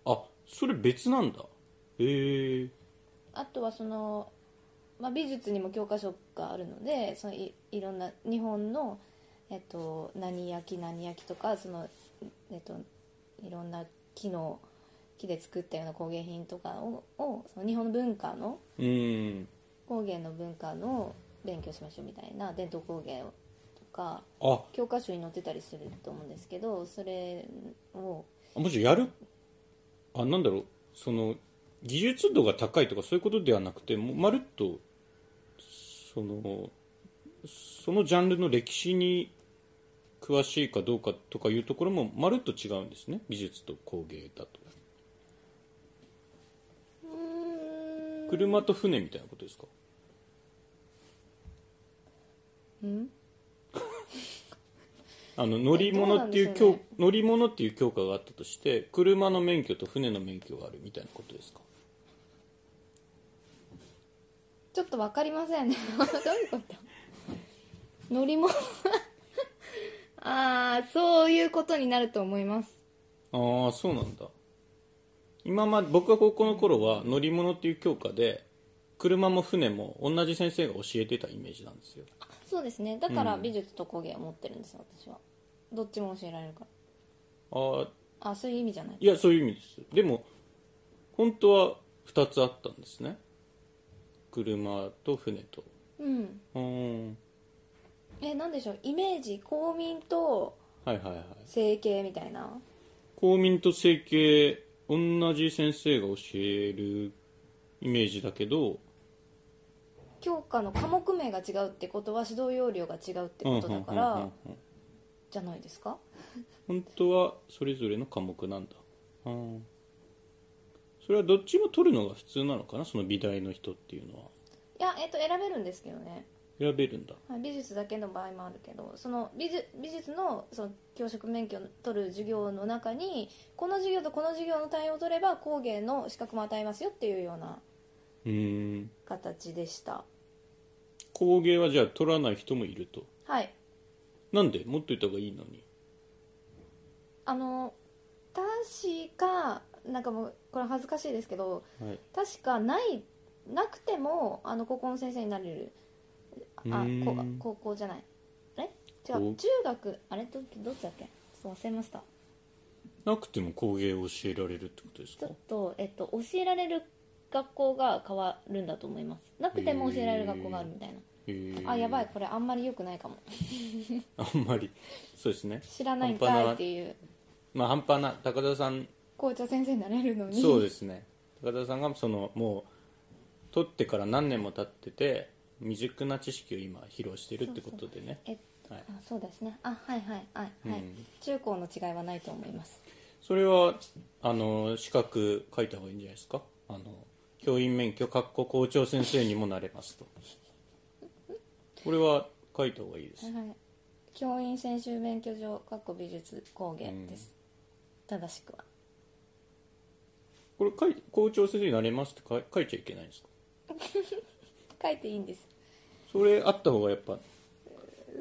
Speaker 1: あああそれ別なんだへえ
Speaker 2: あとはその、まあ、美術にも教科書があるのでそのいいろんな日本の、えっと、何焼き何焼きとかその、えっと、いろんな木の木で作ったような工芸品とかををその日本の文化の
Speaker 1: うん
Speaker 2: 工芸の文化の勉強しましょうみたいな伝統工芸とか
Speaker 1: あ
Speaker 2: 教科書に載ってたりすると思うんですけどそれを
Speaker 1: もしやるあなんだろうその技術度が高いとかそういうことではなくてもうまるっとそのそのジャンルの歴史に詳しいかどうかとかいうところもまるっと違うんですね美術と工芸だと
Speaker 2: うーん
Speaker 1: 車と船みたいなことですか
Speaker 2: うん
Speaker 1: あの乗り物ってい
Speaker 2: え
Speaker 1: う
Speaker 2: どう
Speaker 1: 教
Speaker 2: なんでしょ
Speaker 1: 乗り物っていう教科があったとして車の免許と船の免許があるみたいなことですか
Speaker 2: ちょっとわかりませんね *laughs* どういうこと乗り物 *laughs* ああそういうことになると思います
Speaker 1: ああそうなんだ今まで僕が高校の頃は乗り物っていう教科で車も船も同じ先生が教えてたイメージなんですよ
Speaker 2: そうですねだから
Speaker 1: うん
Speaker 2: 美術と工芸を持ってるんですよ私はどっちも教えられるか
Speaker 1: ああ
Speaker 2: らあそういう意味じゃない
Speaker 1: いやそういう意味ですでも本当は2つあったんですね車と船と
Speaker 2: うん
Speaker 1: うーん
Speaker 2: えなんでしょうイメージ公民と
Speaker 1: はいはいはい
Speaker 2: 整形みたいな
Speaker 1: 公民と整形同じ先生が教えるイメージだけど
Speaker 2: 教科の科目名が違うってことは指導要領が違うってことだから、
Speaker 1: うんうんうんうん
Speaker 2: じゃないですか
Speaker 1: 本当はそれぞれの科目なんだうんそれはどっちも取るのが普通なのかなその美大の人っていうのはい
Speaker 2: やえっと選べるんですけどね
Speaker 1: 選べるんだ
Speaker 2: はい美術だけの場合もあるけどその美術美術のその教職免許を取る授業の中にこの授業とこの授業の単位を取れば工芸の資格も与えますよっていうような
Speaker 1: うーん
Speaker 2: 形でした
Speaker 1: 工芸はじゃあ取らない人もいると
Speaker 2: はい
Speaker 1: なんで持っといた方がいいのに
Speaker 2: あの確かなんかもうこれ恥ずかしいですけど
Speaker 1: はい
Speaker 2: 確かないなくてもあの高校の先生になれるあ
Speaker 1: うーん
Speaker 2: こ高校じゃないあれ違
Speaker 1: こ
Speaker 2: う
Speaker 1: う
Speaker 2: 中学あれどどっちだっけちょっと忘れました
Speaker 1: なくても工芸を教えられるってことです
Speaker 2: ち
Speaker 1: か
Speaker 2: ょっと、えっと、教えられる学校が変わるんだと思いますなくても教えられる学校があるみたいな、
Speaker 1: へー
Speaker 2: あやばいこれあんまり良くないか
Speaker 1: *laughs*
Speaker 2: も
Speaker 1: あんまりそうですね
Speaker 2: 知らないんかいっていう
Speaker 1: まあ半端な高田さん
Speaker 2: 校長先生になれるのに
Speaker 1: そうですね高田さんがそのもう取ってから何年も経ってて未熟な知識を今披露してるってことでね
Speaker 2: えっと
Speaker 1: はい
Speaker 2: あそうですねあはいはいはいはい、
Speaker 1: うん
Speaker 2: 中高の違いはないと思います
Speaker 1: それはあの資格書いた方がいいんじゃないですかあの教員免許かっこ校長先生にもなれますとこれは書いた方がいいです
Speaker 2: はい教員専修免許状かっこ美術工芸です、正しくは
Speaker 1: これ書い校長先生になれますって書い書いちゃいけないんですか
Speaker 2: 書いていいんです
Speaker 1: それあった方がやっぱ聞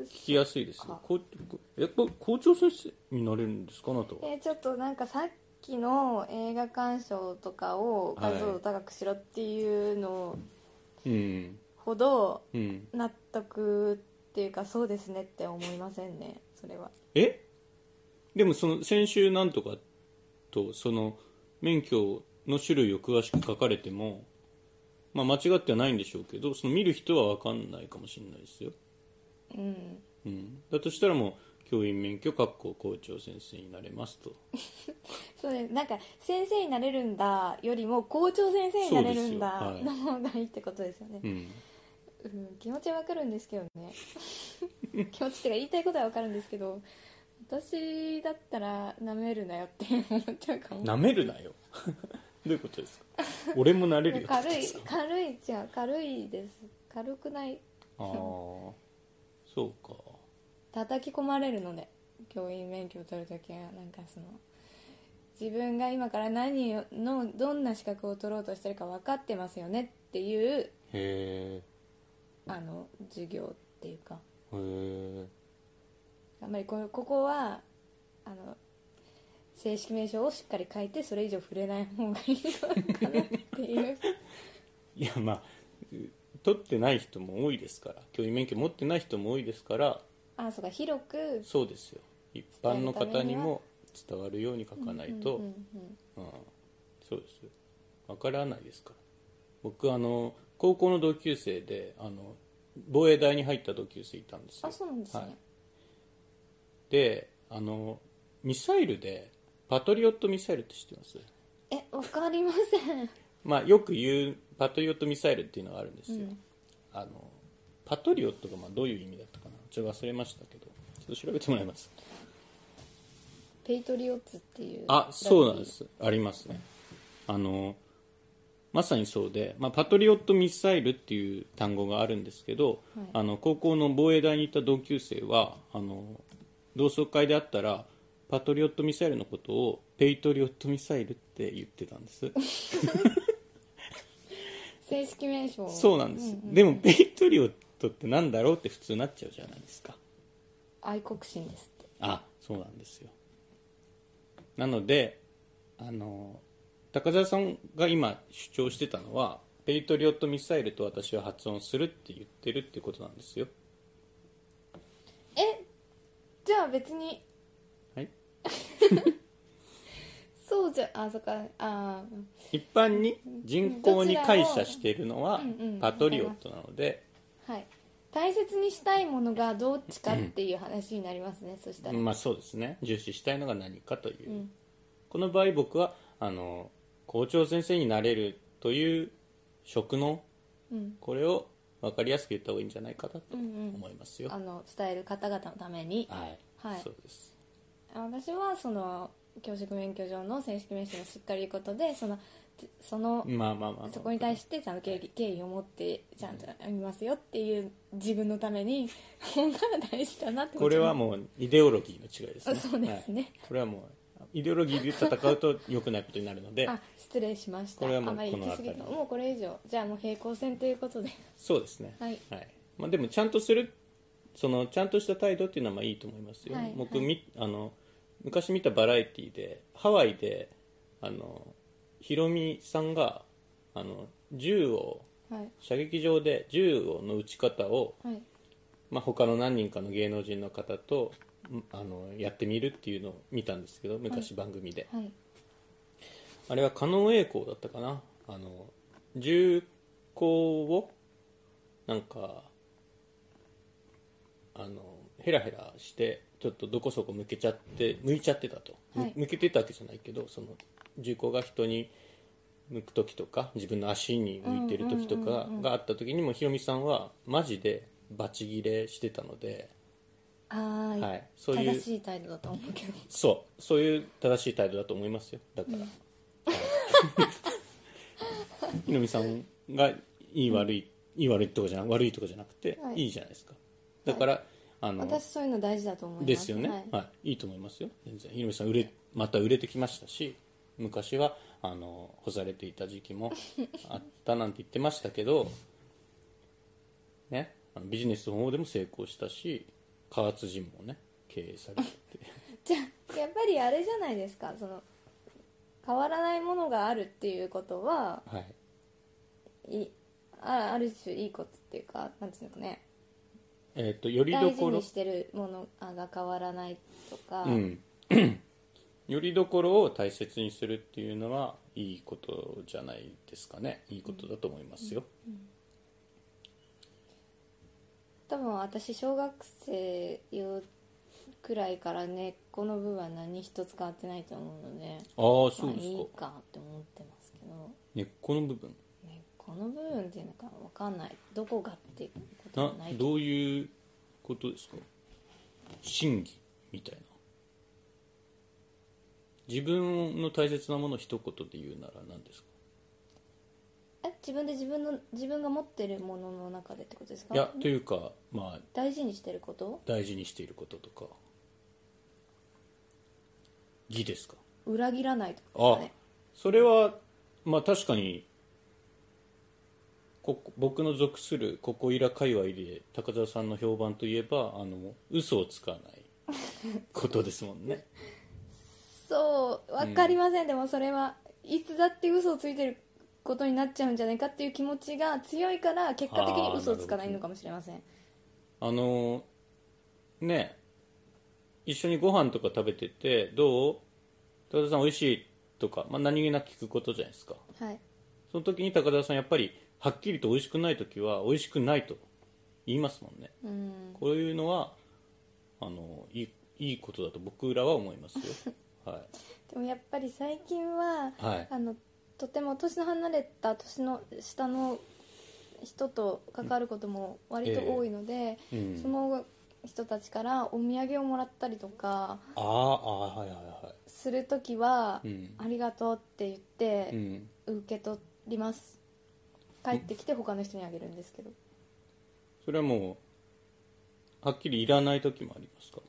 Speaker 1: きやすいですよ
Speaker 2: あ
Speaker 1: こうやっぱ校長先生になれるんですかあなとは
Speaker 2: えーちょっとなんかさっきの映画鑑賞とかを
Speaker 1: はい
Speaker 2: 画像を高くしろっていうの
Speaker 1: うん
Speaker 2: ほど
Speaker 1: うん
Speaker 2: 納得っていうかそうですねって思いませんねそれは
Speaker 1: えでもその先週なんとかとその免許の種類を詳しく書かれても、まあ、間違ってはないんでしょうけどその見る人は分かんないかもしれないですよ、
Speaker 2: うん
Speaker 1: うん、だとしたらもう教員免許かっこ校長先生になれますと
Speaker 2: そうですなんか先生になれるんだよりも校長先生になれるんだ
Speaker 1: そうですよ
Speaker 2: の方がいいってことですよね、
Speaker 1: うん
Speaker 2: うん、気持ちはわかるんですけどね *laughs* 気持ちってか言いたいことはわかるんですけど私だったら舐めるなよって思っちゃうかも
Speaker 1: なめるなよ *laughs* どういうことですか俺もなれるよ
Speaker 2: 軽
Speaker 1: で
Speaker 2: い
Speaker 1: すか
Speaker 2: 軽い違う軽いです軽くない
Speaker 1: ああそうか
Speaker 2: 叩き込まれるので教員免許を取るときはなんかその自分が今から何をのどんな資格を取ろうとしてるか分かってますよねっていう
Speaker 1: へ
Speaker 2: あの授業っていうか
Speaker 1: えへえ
Speaker 2: あんまりこここはあの正式名称をしっかり書いてそれ以上触れない方がいいのかなって
Speaker 1: *laughs*
Speaker 2: いう
Speaker 1: いやまあう取ってない人も多いですから教員免許持ってない人も多いですから
Speaker 2: あそうか広く
Speaker 1: そうですよ一般の方にも伝わるように書かないと、
Speaker 2: うんうんうん
Speaker 1: うんそうですよわからないですから僕あの高校の同級生であの防衛大に入った同級生いたんですよ
Speaker 2: あそうなんですね、
Speaker 1: はいであのミサイルでパトリオットミサイルって知ってます
Speaker 2: えわかりません
Speaker 1: まあ、よく言うパトリオットミサイルっていうのがあるんですよ、
Speaker 2: うん
Speaker 1: あのパトリオットがまあどういう意味だったかなちょっと忘れましたけどちょっと調べてもらいます
Speaker 2: ペイトリオッツっていう
Speaker 1: あそうなんですありますねあのまさにそうで、まあ、パトリオットミサイルっていう単語があるんですけど、
Speaker 2: はい
Speaker 1: あの高校の防衛大にいた同級生はあの同窓会であったらパトリオットミサイルのことをペイトリオットミサイルって言ってたんです
Speaker 2: 正式名称
Speaker 1: そうなんです、でもペイトリオットってなんだろうって普通なっちゃうじゃないですか
Speaker 2: 愛国心ですって
Speaker 1: あそうなんですよなのであの高澤さんが今主張してたのはペイトリオットミサイルと私は発音するって言ってるってことなんですよ
Speaker 2: えじゃあ別に
Speaker 1: はい
Speaker 2: そうじゃあそっかあー
Speaker 1: 一般に人口に解釈しているのは
Speaker 2: どちらもうんうん
Speaker 1: パトリオットなので
Speaker 2: はい大切にしたいものがどっちかっていう話になりますね、そしたら、
Speaker 1: まあそうですね重視したいのが何かという、
Speaker 2: うん
Speaker 1: この場合僕はあの校長先生になれるという職能
Speaker 2: うん
Speaker 1: これを分かりやすく言った方がいいんじゃないかなと
Speaker 2: うんうん
Speaker 1: 思いますよ、
Speaker 2: あの伝える方々のために
Speaker 1: はい、
Speaker 2: はい
Speaker 1: そうです
Speaker 2: 私はその教職免許上の正式名称のしっかり言うことでそのつその、
Speaker 1: まあまあまあ
Speaker 2: そこに対してちゃんと敬意敬意を持ってちゃんとありますよっていう自分のために本が大事だなって
Speaker 1: これはもうイデオロギーの違いですね
Speaker 2: あ *laughs* そうですね
Speaker 1: はいこれはもうイデオロギーで戦うと良くないことになるので
Speaker 2: *laughs* あ失礼しました
Speaker 1: これはもう
Speaker 2: あまり行き
Speaker 1: こ
Speaker 2: 過ぎ
Speaker 1: の
Speaker 2: た
Speaker 1: 辺り
Speaker 2: もうこれ以上じゃあもう平行線ということで
Speaker 1: そうですね
Speaker 2: はい
Speaker 1: まあ、でもちゃんとするそのちゃんとした態度っていうのはまあいいと思いますよ、
Speaker 2: はい
Speaker 1: 僕
Speaker 2: はい
Speaker 1: みあの昔見たバラエティでハワイであのヒロミさんがあの銃を
Speaker 2: はい
Speaker 1: 射撃場で銃をの撃ち方を、
Speaker 2: はい
Speaker 1: まあ、他の何人かの芸能人の方とんあのやってみるっていうのを見たんですけど昔番組で、
Speaker 2: はい
Speaker 1: あれは狩野英孝だったかなあの銃口をなんかあのヘラヘラしてちょっとどこそこ向けちゃって向いちゃってたと、む
Speaker 2: はい
Speaker 1: 向けてたわけじゃないけどその銃口が人に向く時とか自分の足に向いてる時とかがあった時にもひろみさんはマジでバチギレしてたので
Speaker 2: あー
Speaker 1: はいそういう
Speaker 2: 正しい態度だと思うけど
Speaker 1: そうそういう正しい態度だと思いますよだから、はいひろみさんがいい悪い、いい悪いとかじゃな悪いとかじゃなくて、
Speaker 2: はい
Speaker 1: い、いじゃないですかだから、あの
Speaker 2: 私そういうの大事だと思います
Speaker 1: ですよね、
Speaker 2: は
Speaker 1: はいいい、いと思いますよ全然ひろみさん売れまた売れてきましたし昔はあの干されていた時期もあったなんて言ってましたけど、ね、あのビジネスの方でも成功したし加圧人もね経営されてて
Speaker 2: じゃあやっぱりあれじゃないですかその変わらないものがあるっていうことは
Speaker 1: はい
Speaker 2: いあある種いいことっていうかなんていうのかね
Speaker 1: えっ、とよりど
Speaker 2: 大事
Speaker 1: ころ
Speaker 2: にしてるものが変わらないとか、
Speaker 1: うん、 *coughs* よりどころを大切にするっていうのはいいことじゃないですかねいいことだと思いますよ、
Speaker 2: 多分私小学生よくらいから根っこの部分は何一つ変わってないと思うので
Speaker 1: ああそう
Speaker 2: まあ
Speaker 1: で
Speaker 2: い
Speaker 1: す
Speaker 2: い
Speaker 1: か
Speaker 2: かって思ってますけど
Speaker 1: 根っこの部分
Speaker 2: 根っこの部分っていうのか分かんないどこがっていうこと
Speaker 1: な
Speaker 2: はないけど
Speaker 1: どういうことですか真偽みたいな自分の大切なものを一言で言うなら何ですか
Speaker 2: え自分で自分の自分が持ってるものの中でってことですか
Speaker 1: いやというかまあ
Speaker 2: 大事にしてること
Speaker 1: 大事にしていることとか義ですか
Speaker 2: 裏切らないとか
Speaker 1: あ
Speaker 2: ですかね
Speaker 1: それはまあ確かにここ僕の属するここいら界隈で高澤さんの評判といえばあの嘘をつかない *laughs* ことですもんね
Speaker 2: そう分かりません、でもそれはいつだって嘘をついてることになっちゃうんじゃないかっていう気持ちが強いから結果的に嘘をつかないのかもしれません
Speaker 1: あのね一緒にご飯とか食べててどう高澤さん美味しいとか、まあ、何気なく聞くことじゃないですか
Speaker 2: はい
Speaker 1: その時に高澤さんやっぱりはっきりと美味しくない時は美味しくないと言いますもんね
Speaker 2: うん
Speaker 1: こういうのはあのいいいいことだと僕らは思います *laughs* よは
Speaker 2: でもやっぱり最近は、
Speaker 1: はい
Speaker 2: あのとても年の離れた年の下の人と関わることも割と多いので、
Speaker 1: い、うん
Speaker 2: その人たちからお土産をもらったりとか
Speaker 1: あーあーはいはいは
Speaker 2: する時は「
Speaker 1: うん
Speaker 2: ありがとう」って言っ
Speaker 1: い、う
Speaker 2: て
Speaker 1: ん、
Speaker 2: 受け取ります帰ってきて他の人にあげるんですけど
Speaker 1: それはもうはっきりいらない時もありますか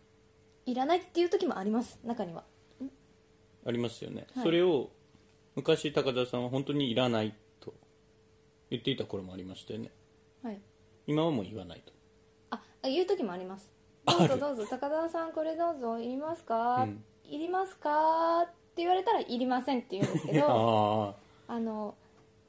Speaker 2: いらないっていう時もあります中には
Speaker 1: ありますよね、
Speaker 2: はい
Speaker 1: それを昔高田さんは本当にいらないと言っていた頃もありましたよね
Speaker 2: はい
Speaker 1: 今はもう言わないと
Speaker 2: あ言う時もありますどうぞどうぞ高田さんこれどうぞいりますか、
Speaker 1: うん
Speaker 2: いりますかって言われたらいりませんって言うんですけど
Speaker 1: ああ
Speaker 2: あの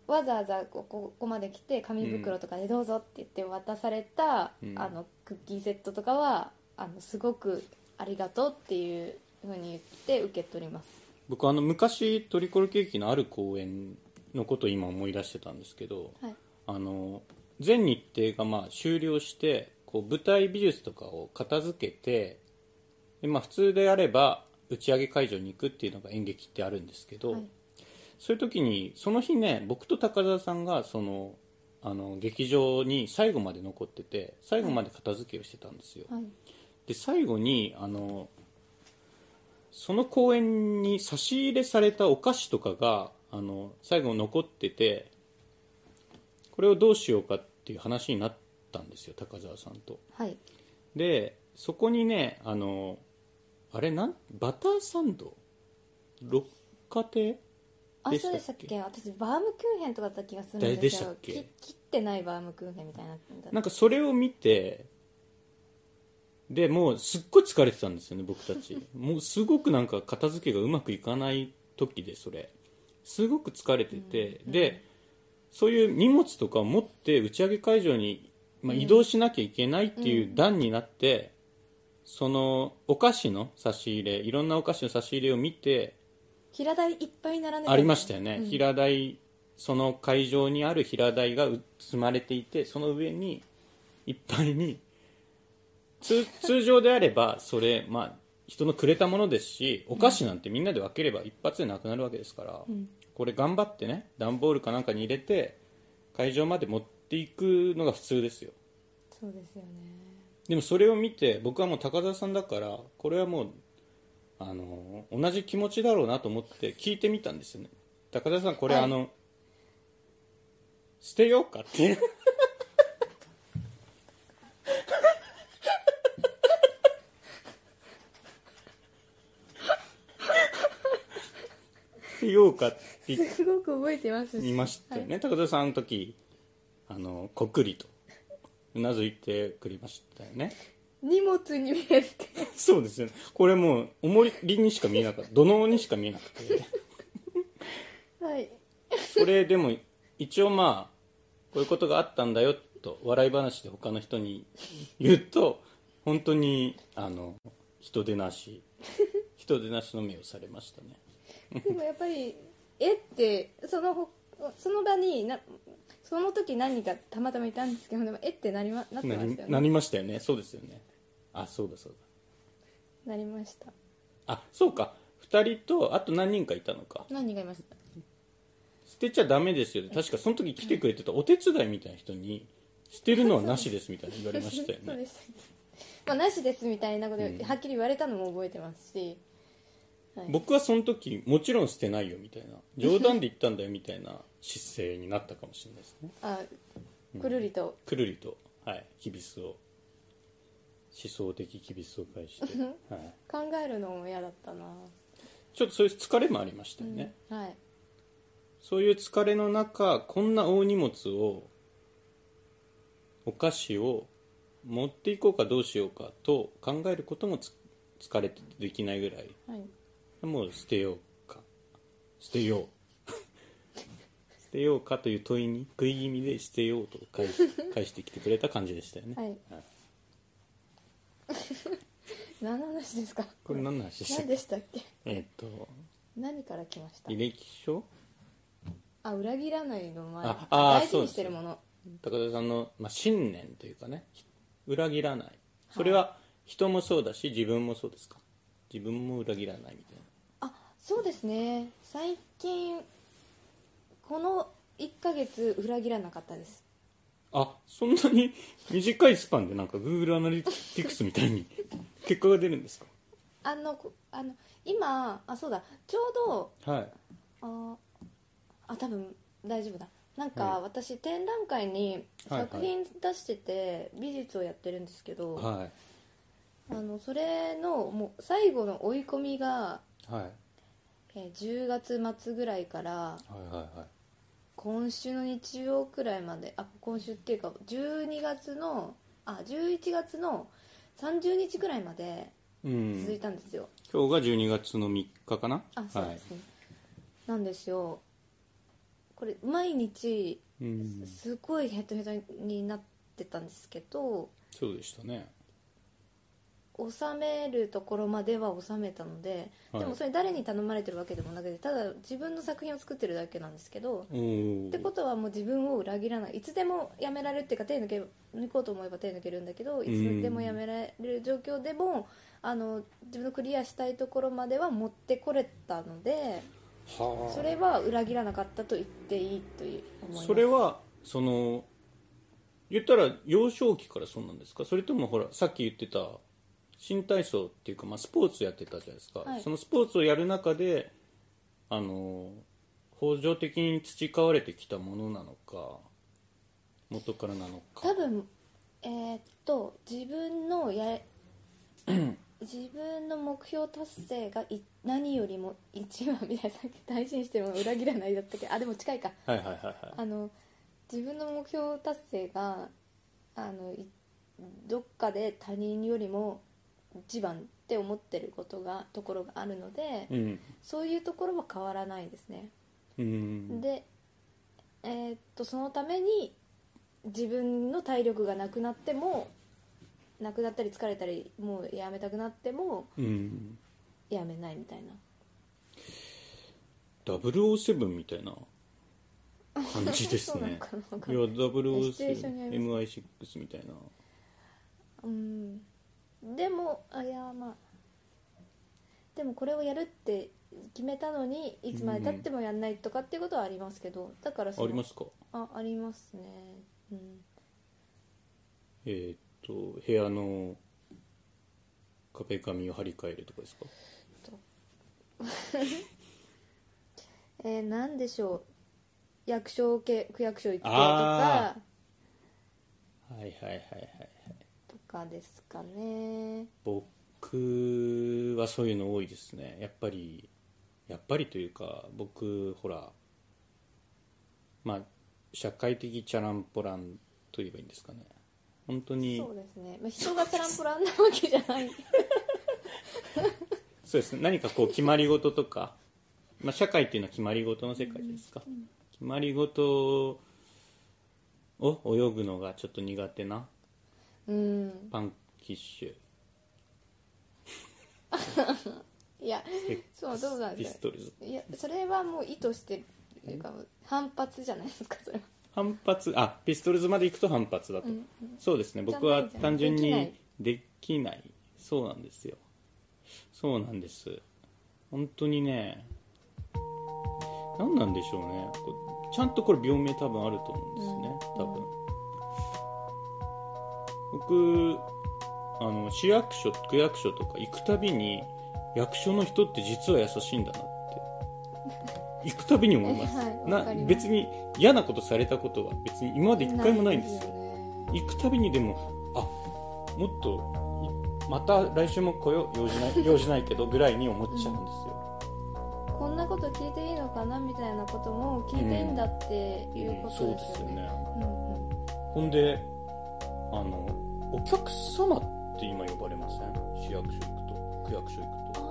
Speaker 2: わざわざここここまで来て紙袋とかでどうぞって言って渡された、
Speaker 1: うん
Speaker 2: あのクッキーセットとかはあのすごくありがとうっていうふうに言って受け取ります
Speaker 1: 僕あの昔トリコロケーキのある公演のことを今思い出してたんですけど
Speaker 2: はい
Speaker 1: あの全日程がまあ終了してこう舞台美術とかを片付けてで、まあ、普通であれば打ち上げ会場に行くっていうのが演劇ってあるんですけど、
Speaker 2: はい
Speaker 1: そういう時にその日ね僕と高澤さんがそのあの劇場に最後まで残ってて最後まで片付けをしてたんですよ、
Speaker 2: はい
Speaker 1: で最後にあのその公演に差し入れされたお菓子とかがあの最後残っててこれをどうしようかっていう話になったんですよ高澤さんと
Speaker 2: はい
Speaker 1: でそこにねあのあれなんバターサンド六花亭
Speaker 2: あ
Speaker 1: でしたっけ
Speaker 2: そうでしたっけ私バームクーヘンとかだった気がするん
Speaker 1: でで
Speaker 2: で
Speaker 1: し
Speaker 2: す
Speaker 1: た
Speaker 2: け
Speaker 1: っ
Speaker 2: ど
Speaker 1: け
Speaker 2: き切ってないバームクーヘンみたいな
Speaker 1: なんかそれを見てでもうすっごい疲れてたんですよね僕た *laughs* ちもうすごくなんか片付けがうまくいかない時でそれすごく疲れてて、でそういう荷物とかを持って打ち上げ会場に、まあ、移動しなきゃいけないっていう段になって、そのお菓子の差し入れいろんなお菓子の差し入れを見て
Speaker 2: 平台いっぱい並んで
Speaker 1: ありましたよね、
Speaker 2: うん
Speaker 1: 平台その会場にある平台がう積まれていてその上にいっぱいに通通常であればそれまあ人のくれたものですしお菓子なんてみんなで分ければ一発でなくなるわけですから、
Speaker 2: ん
Speaker 1: これ頑張ってね段ボールかなんかに入れて会場まで持っていくのが普通ですよ
Speaker 2: そうですよね
Speaker 1: でもそれを見て僕はもう高田さんだからこれはもうあの同じ気持ちだろうなと思って聞いてみたんですよね高田さんこれ、
Speaker 2: はい
Speaker 1: あの捨てようかっていう捨てようかって言って
Speaker 2: すごく覚えてます
Speaker 1: 見ましたよね、高田さんあの時あのこっくりとうなずいてくれましたよね
Speaker 2: 荷物に見えて *laughs*
Speaker 1: そうですよねこれもうおもりにしか見えなかった土のうにしか見えなくて
Speaker 2: はい
Speaker 1: これでも一応まあこういうことがあったんだよと笑い話で他の人に言うと本当にあの人出なし人出なしの目をされましたね
Speaker 2: でもやっぱりえってそのほその場になその時何かたまたまいたんですけどでもえってなりまなってま
Speaker 1: なり
Speaker 2: したよ
Speaker 1: な
Speaker 2: ね
Speaker 1: りましたよねそうですよねあそうだそう
Speaker 2: なりました
Speaker 1: だあそうか2人とあと何人かいたのか
Speaker 2: 何人がいました
Speaker 1: 捨てちゃダメですよね確かその時来てくれてたお手伝いみたいな人に捨てるのはなしですみたいな言われましたよ
Speaker 2: そう
Speaker 1: ね
Speaker 2: でしたまあなしですみたいなこと
Speaker 1: うん
Speaker 2: はっきり言われたのも覚えてますし、はい
Speaker 1: 僕はその時もちろん捨てないよみたいな冗談で言ったんだよみたいな姿勢になったかもしれない
Speaker 2: *laughs*
Speaker 1: ですね
Speaker 2: あくるりと、
Speaker 1: くるりとはいきびすを思想的きびすを返して、
Speaker 2: *laughs*
Speaker 1: はい、
Speaker 2: 考えるのも嫌だったな、
Speaker 1: ちょっとそういう疲れもありましたよね、
Speaker 2: うんはい
Speaker 1: そういう疲れの中こんな大荷物をお菓子を持っていこうかどうしようかと考えることもつ疲れててできないぐらい
Speaker 2: はい
Speaker 1: もう捨てようか捨てよう *laughs* 捨てようかという問いに食い気味で捨てようと返し返してきてくれた感じでしたよね、
Speaker 2: はい *laughs* 何の話ですか
Speaker 1: これ何の話でした
Speaker 2: 何
Speaker 1: っ
Speaker 2: で
Speaker 1: け
Speaker 2: したっけ
Speaker 1: えーっと
Speaker 2: 何から来ました
Speaker 1: 履歴書
Speaker 2: あ裏切らないの前
Speaker 1: ああー
Speaker 2: 大事にしてるもの
Speaker 1: 高田さんの、まあ、信念というかね裏切らないそれは人もそうだし自分もそうですか自分も裏切らないみたいな
Speaker 2: あそうですね最近この1ヶ月裏切らなかったです
Speaker 1: あそんなに短いスパンでなんか Google アナリティクスみたいに結果が出るんですか
Speaker 2: あのこあの今あそうだちょうど
Speaker 1: はい
Speaker 2: ああ多分大丈夫だなん
Speaker 1: は
Speaker 2: か私展覧会に
Speaker 1: はいはい
Speaker 2: 作品出してて美術をやってるんですけど、
Speaker 1: は
Speaker 2: あのそれのもう最後の追い込みが、
Speaker 1: いはい
Speaker 2: えー10月末ぐらいから
Speaker 1: はいはいはい
Speaker 2: 今週の日曜くらいまであ今週っていうか12月のあ11月の30日くらいまで
Speaker 1: うん、
Speaker 2: 続い
Speaker 1: 今
Speaker 2: たんですよ、
Speaker 1: 日が12月の3日かな
Speaker 2: あそうですね、なんですよここれ毎日
Speaker 1: うん
Speaker 2: すごいヘトヘトになってたんですけど
Speaker 1: そうでしたね
Speaker 2: 収めるところまでは収めたので、
Speaker 1: はい
Speaker 2: でもそれ誰に頼まれてるわけでもなくてただ自分の作品を作ってるだけなんですけど
Speaker 1: おー
Speaker 2: ってことはもう自分を裏切らないいつでもやめられるっていうか手抜け抜こうと思えば手抜けるんだけどいつでもやめられる状況でもあの自分のクリアしたいところまでは持ってこれたので
Speaker 1: はあ
Speaker 2: それは裏切らなかったと言っていいという思います
Speaker 1: それはその言ったら幼少期からそうなんですかそれともほらさっき言ってた新体操っていうか、まあ、スポーツやってたじゃないですか、
Speaker 2: はい
Speaker 1: そのスポーツをやる中であの法上的に培われてきたものなのか元からなのか
Speaker 2: 多分えーっと自分の
Speaker 1: *clears throat*
Speaker 2: や自分の目標達成がい何よりも一番みたいなさっき大事にしても裏切らないだったけどあでも近いか
Speaker 1: はいはいはいはい
Speaker 2: あの自分の目標達成があのいどっかで他人よりも一番って思ってることがところがあるので、
Speaker 1: うん
Speaker 2: そういうところは変わらないですね、
Speaker 1: うん
Speaker 2: で、えーっとそのために自分の体力がなくなってもなくなったり疲れたりもうやめたくなっても
Speaker 1: うん
Speaker 2: やめないみたいな
Speaker 1: 007みたいな感じです
Speaker 2: *laughs* そうなの
Speaker 1: ね
Speaker 2: かなわか
Speaker 1: い
Speaker 2: ん
Speaker 1: や
Speaker 2: ないシチュエーションにより
Speaker 1: 007MI6 みたいな
Speaker 2: うんでもあいやまあでもこれをやるって決めたのにいつまでたってもやんないとかっていうことはありますけどだからそ
Speaker 1: あ
Speaker 2: の
Speaker 1: りますか
Speaker 2: あありますねうん
Speaker 1: えーっと部屋の壁紙を張り替えるとかですか
Speaker 2: とえー、なんでしょう役所系区役所行ってと
Speaker 1: あ
Speaker 2: か
Speaker 1: はいはいはいはい
Speaker 2: とかですかね
Speaker 1: 僕はそういうの多いですねやっぱりやっぱりというか僕ほらまあ社会的チャランポランといえばいいんですかね本当に
Speaker 2: そうですね、まあ、人がチャランポランなわけじゃ
Speaker 1: *laughs*
Speaker 2: ない
Speaker 1: そうですね何かこう決まり事とか、まあ、社会っていうのは決まり事の世界じゃないですか、決まり事を泳ぐのがちょっと苦手な
Speaker 2: うん
Speaker 1: パンキッシ
Speaker 2: いや
Speaker 1: ュ
Speaker 2: そうどうなん
Speaker 1: ピ
Speaker 2: です
Speaker 1: ス
Speaker 2: か
Speaker 1: トルズ
Speaker 2: いやそれはもう意図してるっていうか反発じゃないですかそれは
Speaker 1: 反発あピストルズまで行くと反発だと、
Speaker 2: うん
Speaker 1: そうですね僕は
Speaker 2: じゃないじゃん
Speaker 1: 単純
Speaker 2: できない
Speaker 1: にできないそうなんですよそうなんです本当にね何なんでしょうねこうちゃんとこれ病名多分あると思うんですね、
Speaker 2: うん
Speaker 1: 多分僕あの市役所区役所とか行くたびに役所の人って実は優しいんだな
Speaker 2: *laughs*
Speaker 1: って行くたびに思います,、
Speaker 2: はいわかり
Speaker 1: な
Speaker 2: ます
Speaker 1: 別に嫌なことされたことは別に今まで一回もないんですよ
Speaker 2: よ
Speaker 1: 行くたびにでもあもっといまた来週も来よう用事
Speaker 2: *laughs*
Speaker 1: ない用事ないけどぐらいに思っちゃうんですよ、
Speaker 2: こんなこと聞いていいのかなみたいなことも聞いていいんだっていうこ
Speaker 1: そうで
Speaker 2: とです
Speaker 1: す
Speaker 2: よ
Speaker 1: よ
Speaker 2: ね
Speaker 1: ね
Speaker 2: うんうん
Speaker 1: ほんであのお客様って今呼ばれません市役所行くと区役所行く
Speaker 2: あ
Speaker 1: と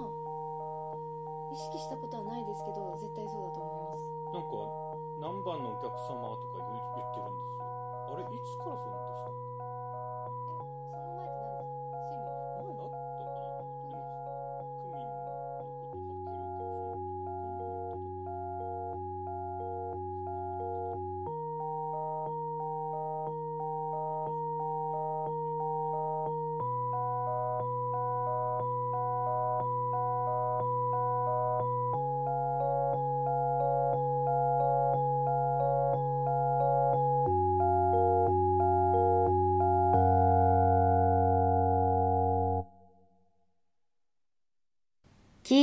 Speaker 2: ー意識したことはないですけど絶対そうだと思
Speaker 1: なんか何番のお客様とか言う言ってるんですよあれいつからそうなってきた
Speaker 2: いますえその前って何
Speaker 1: 前あったかなでも区民のことはっきり分けてそのことは区民のことは分かん
Speaker 2: ですか市民
Speaker 1: ない
Speaker 3: 聞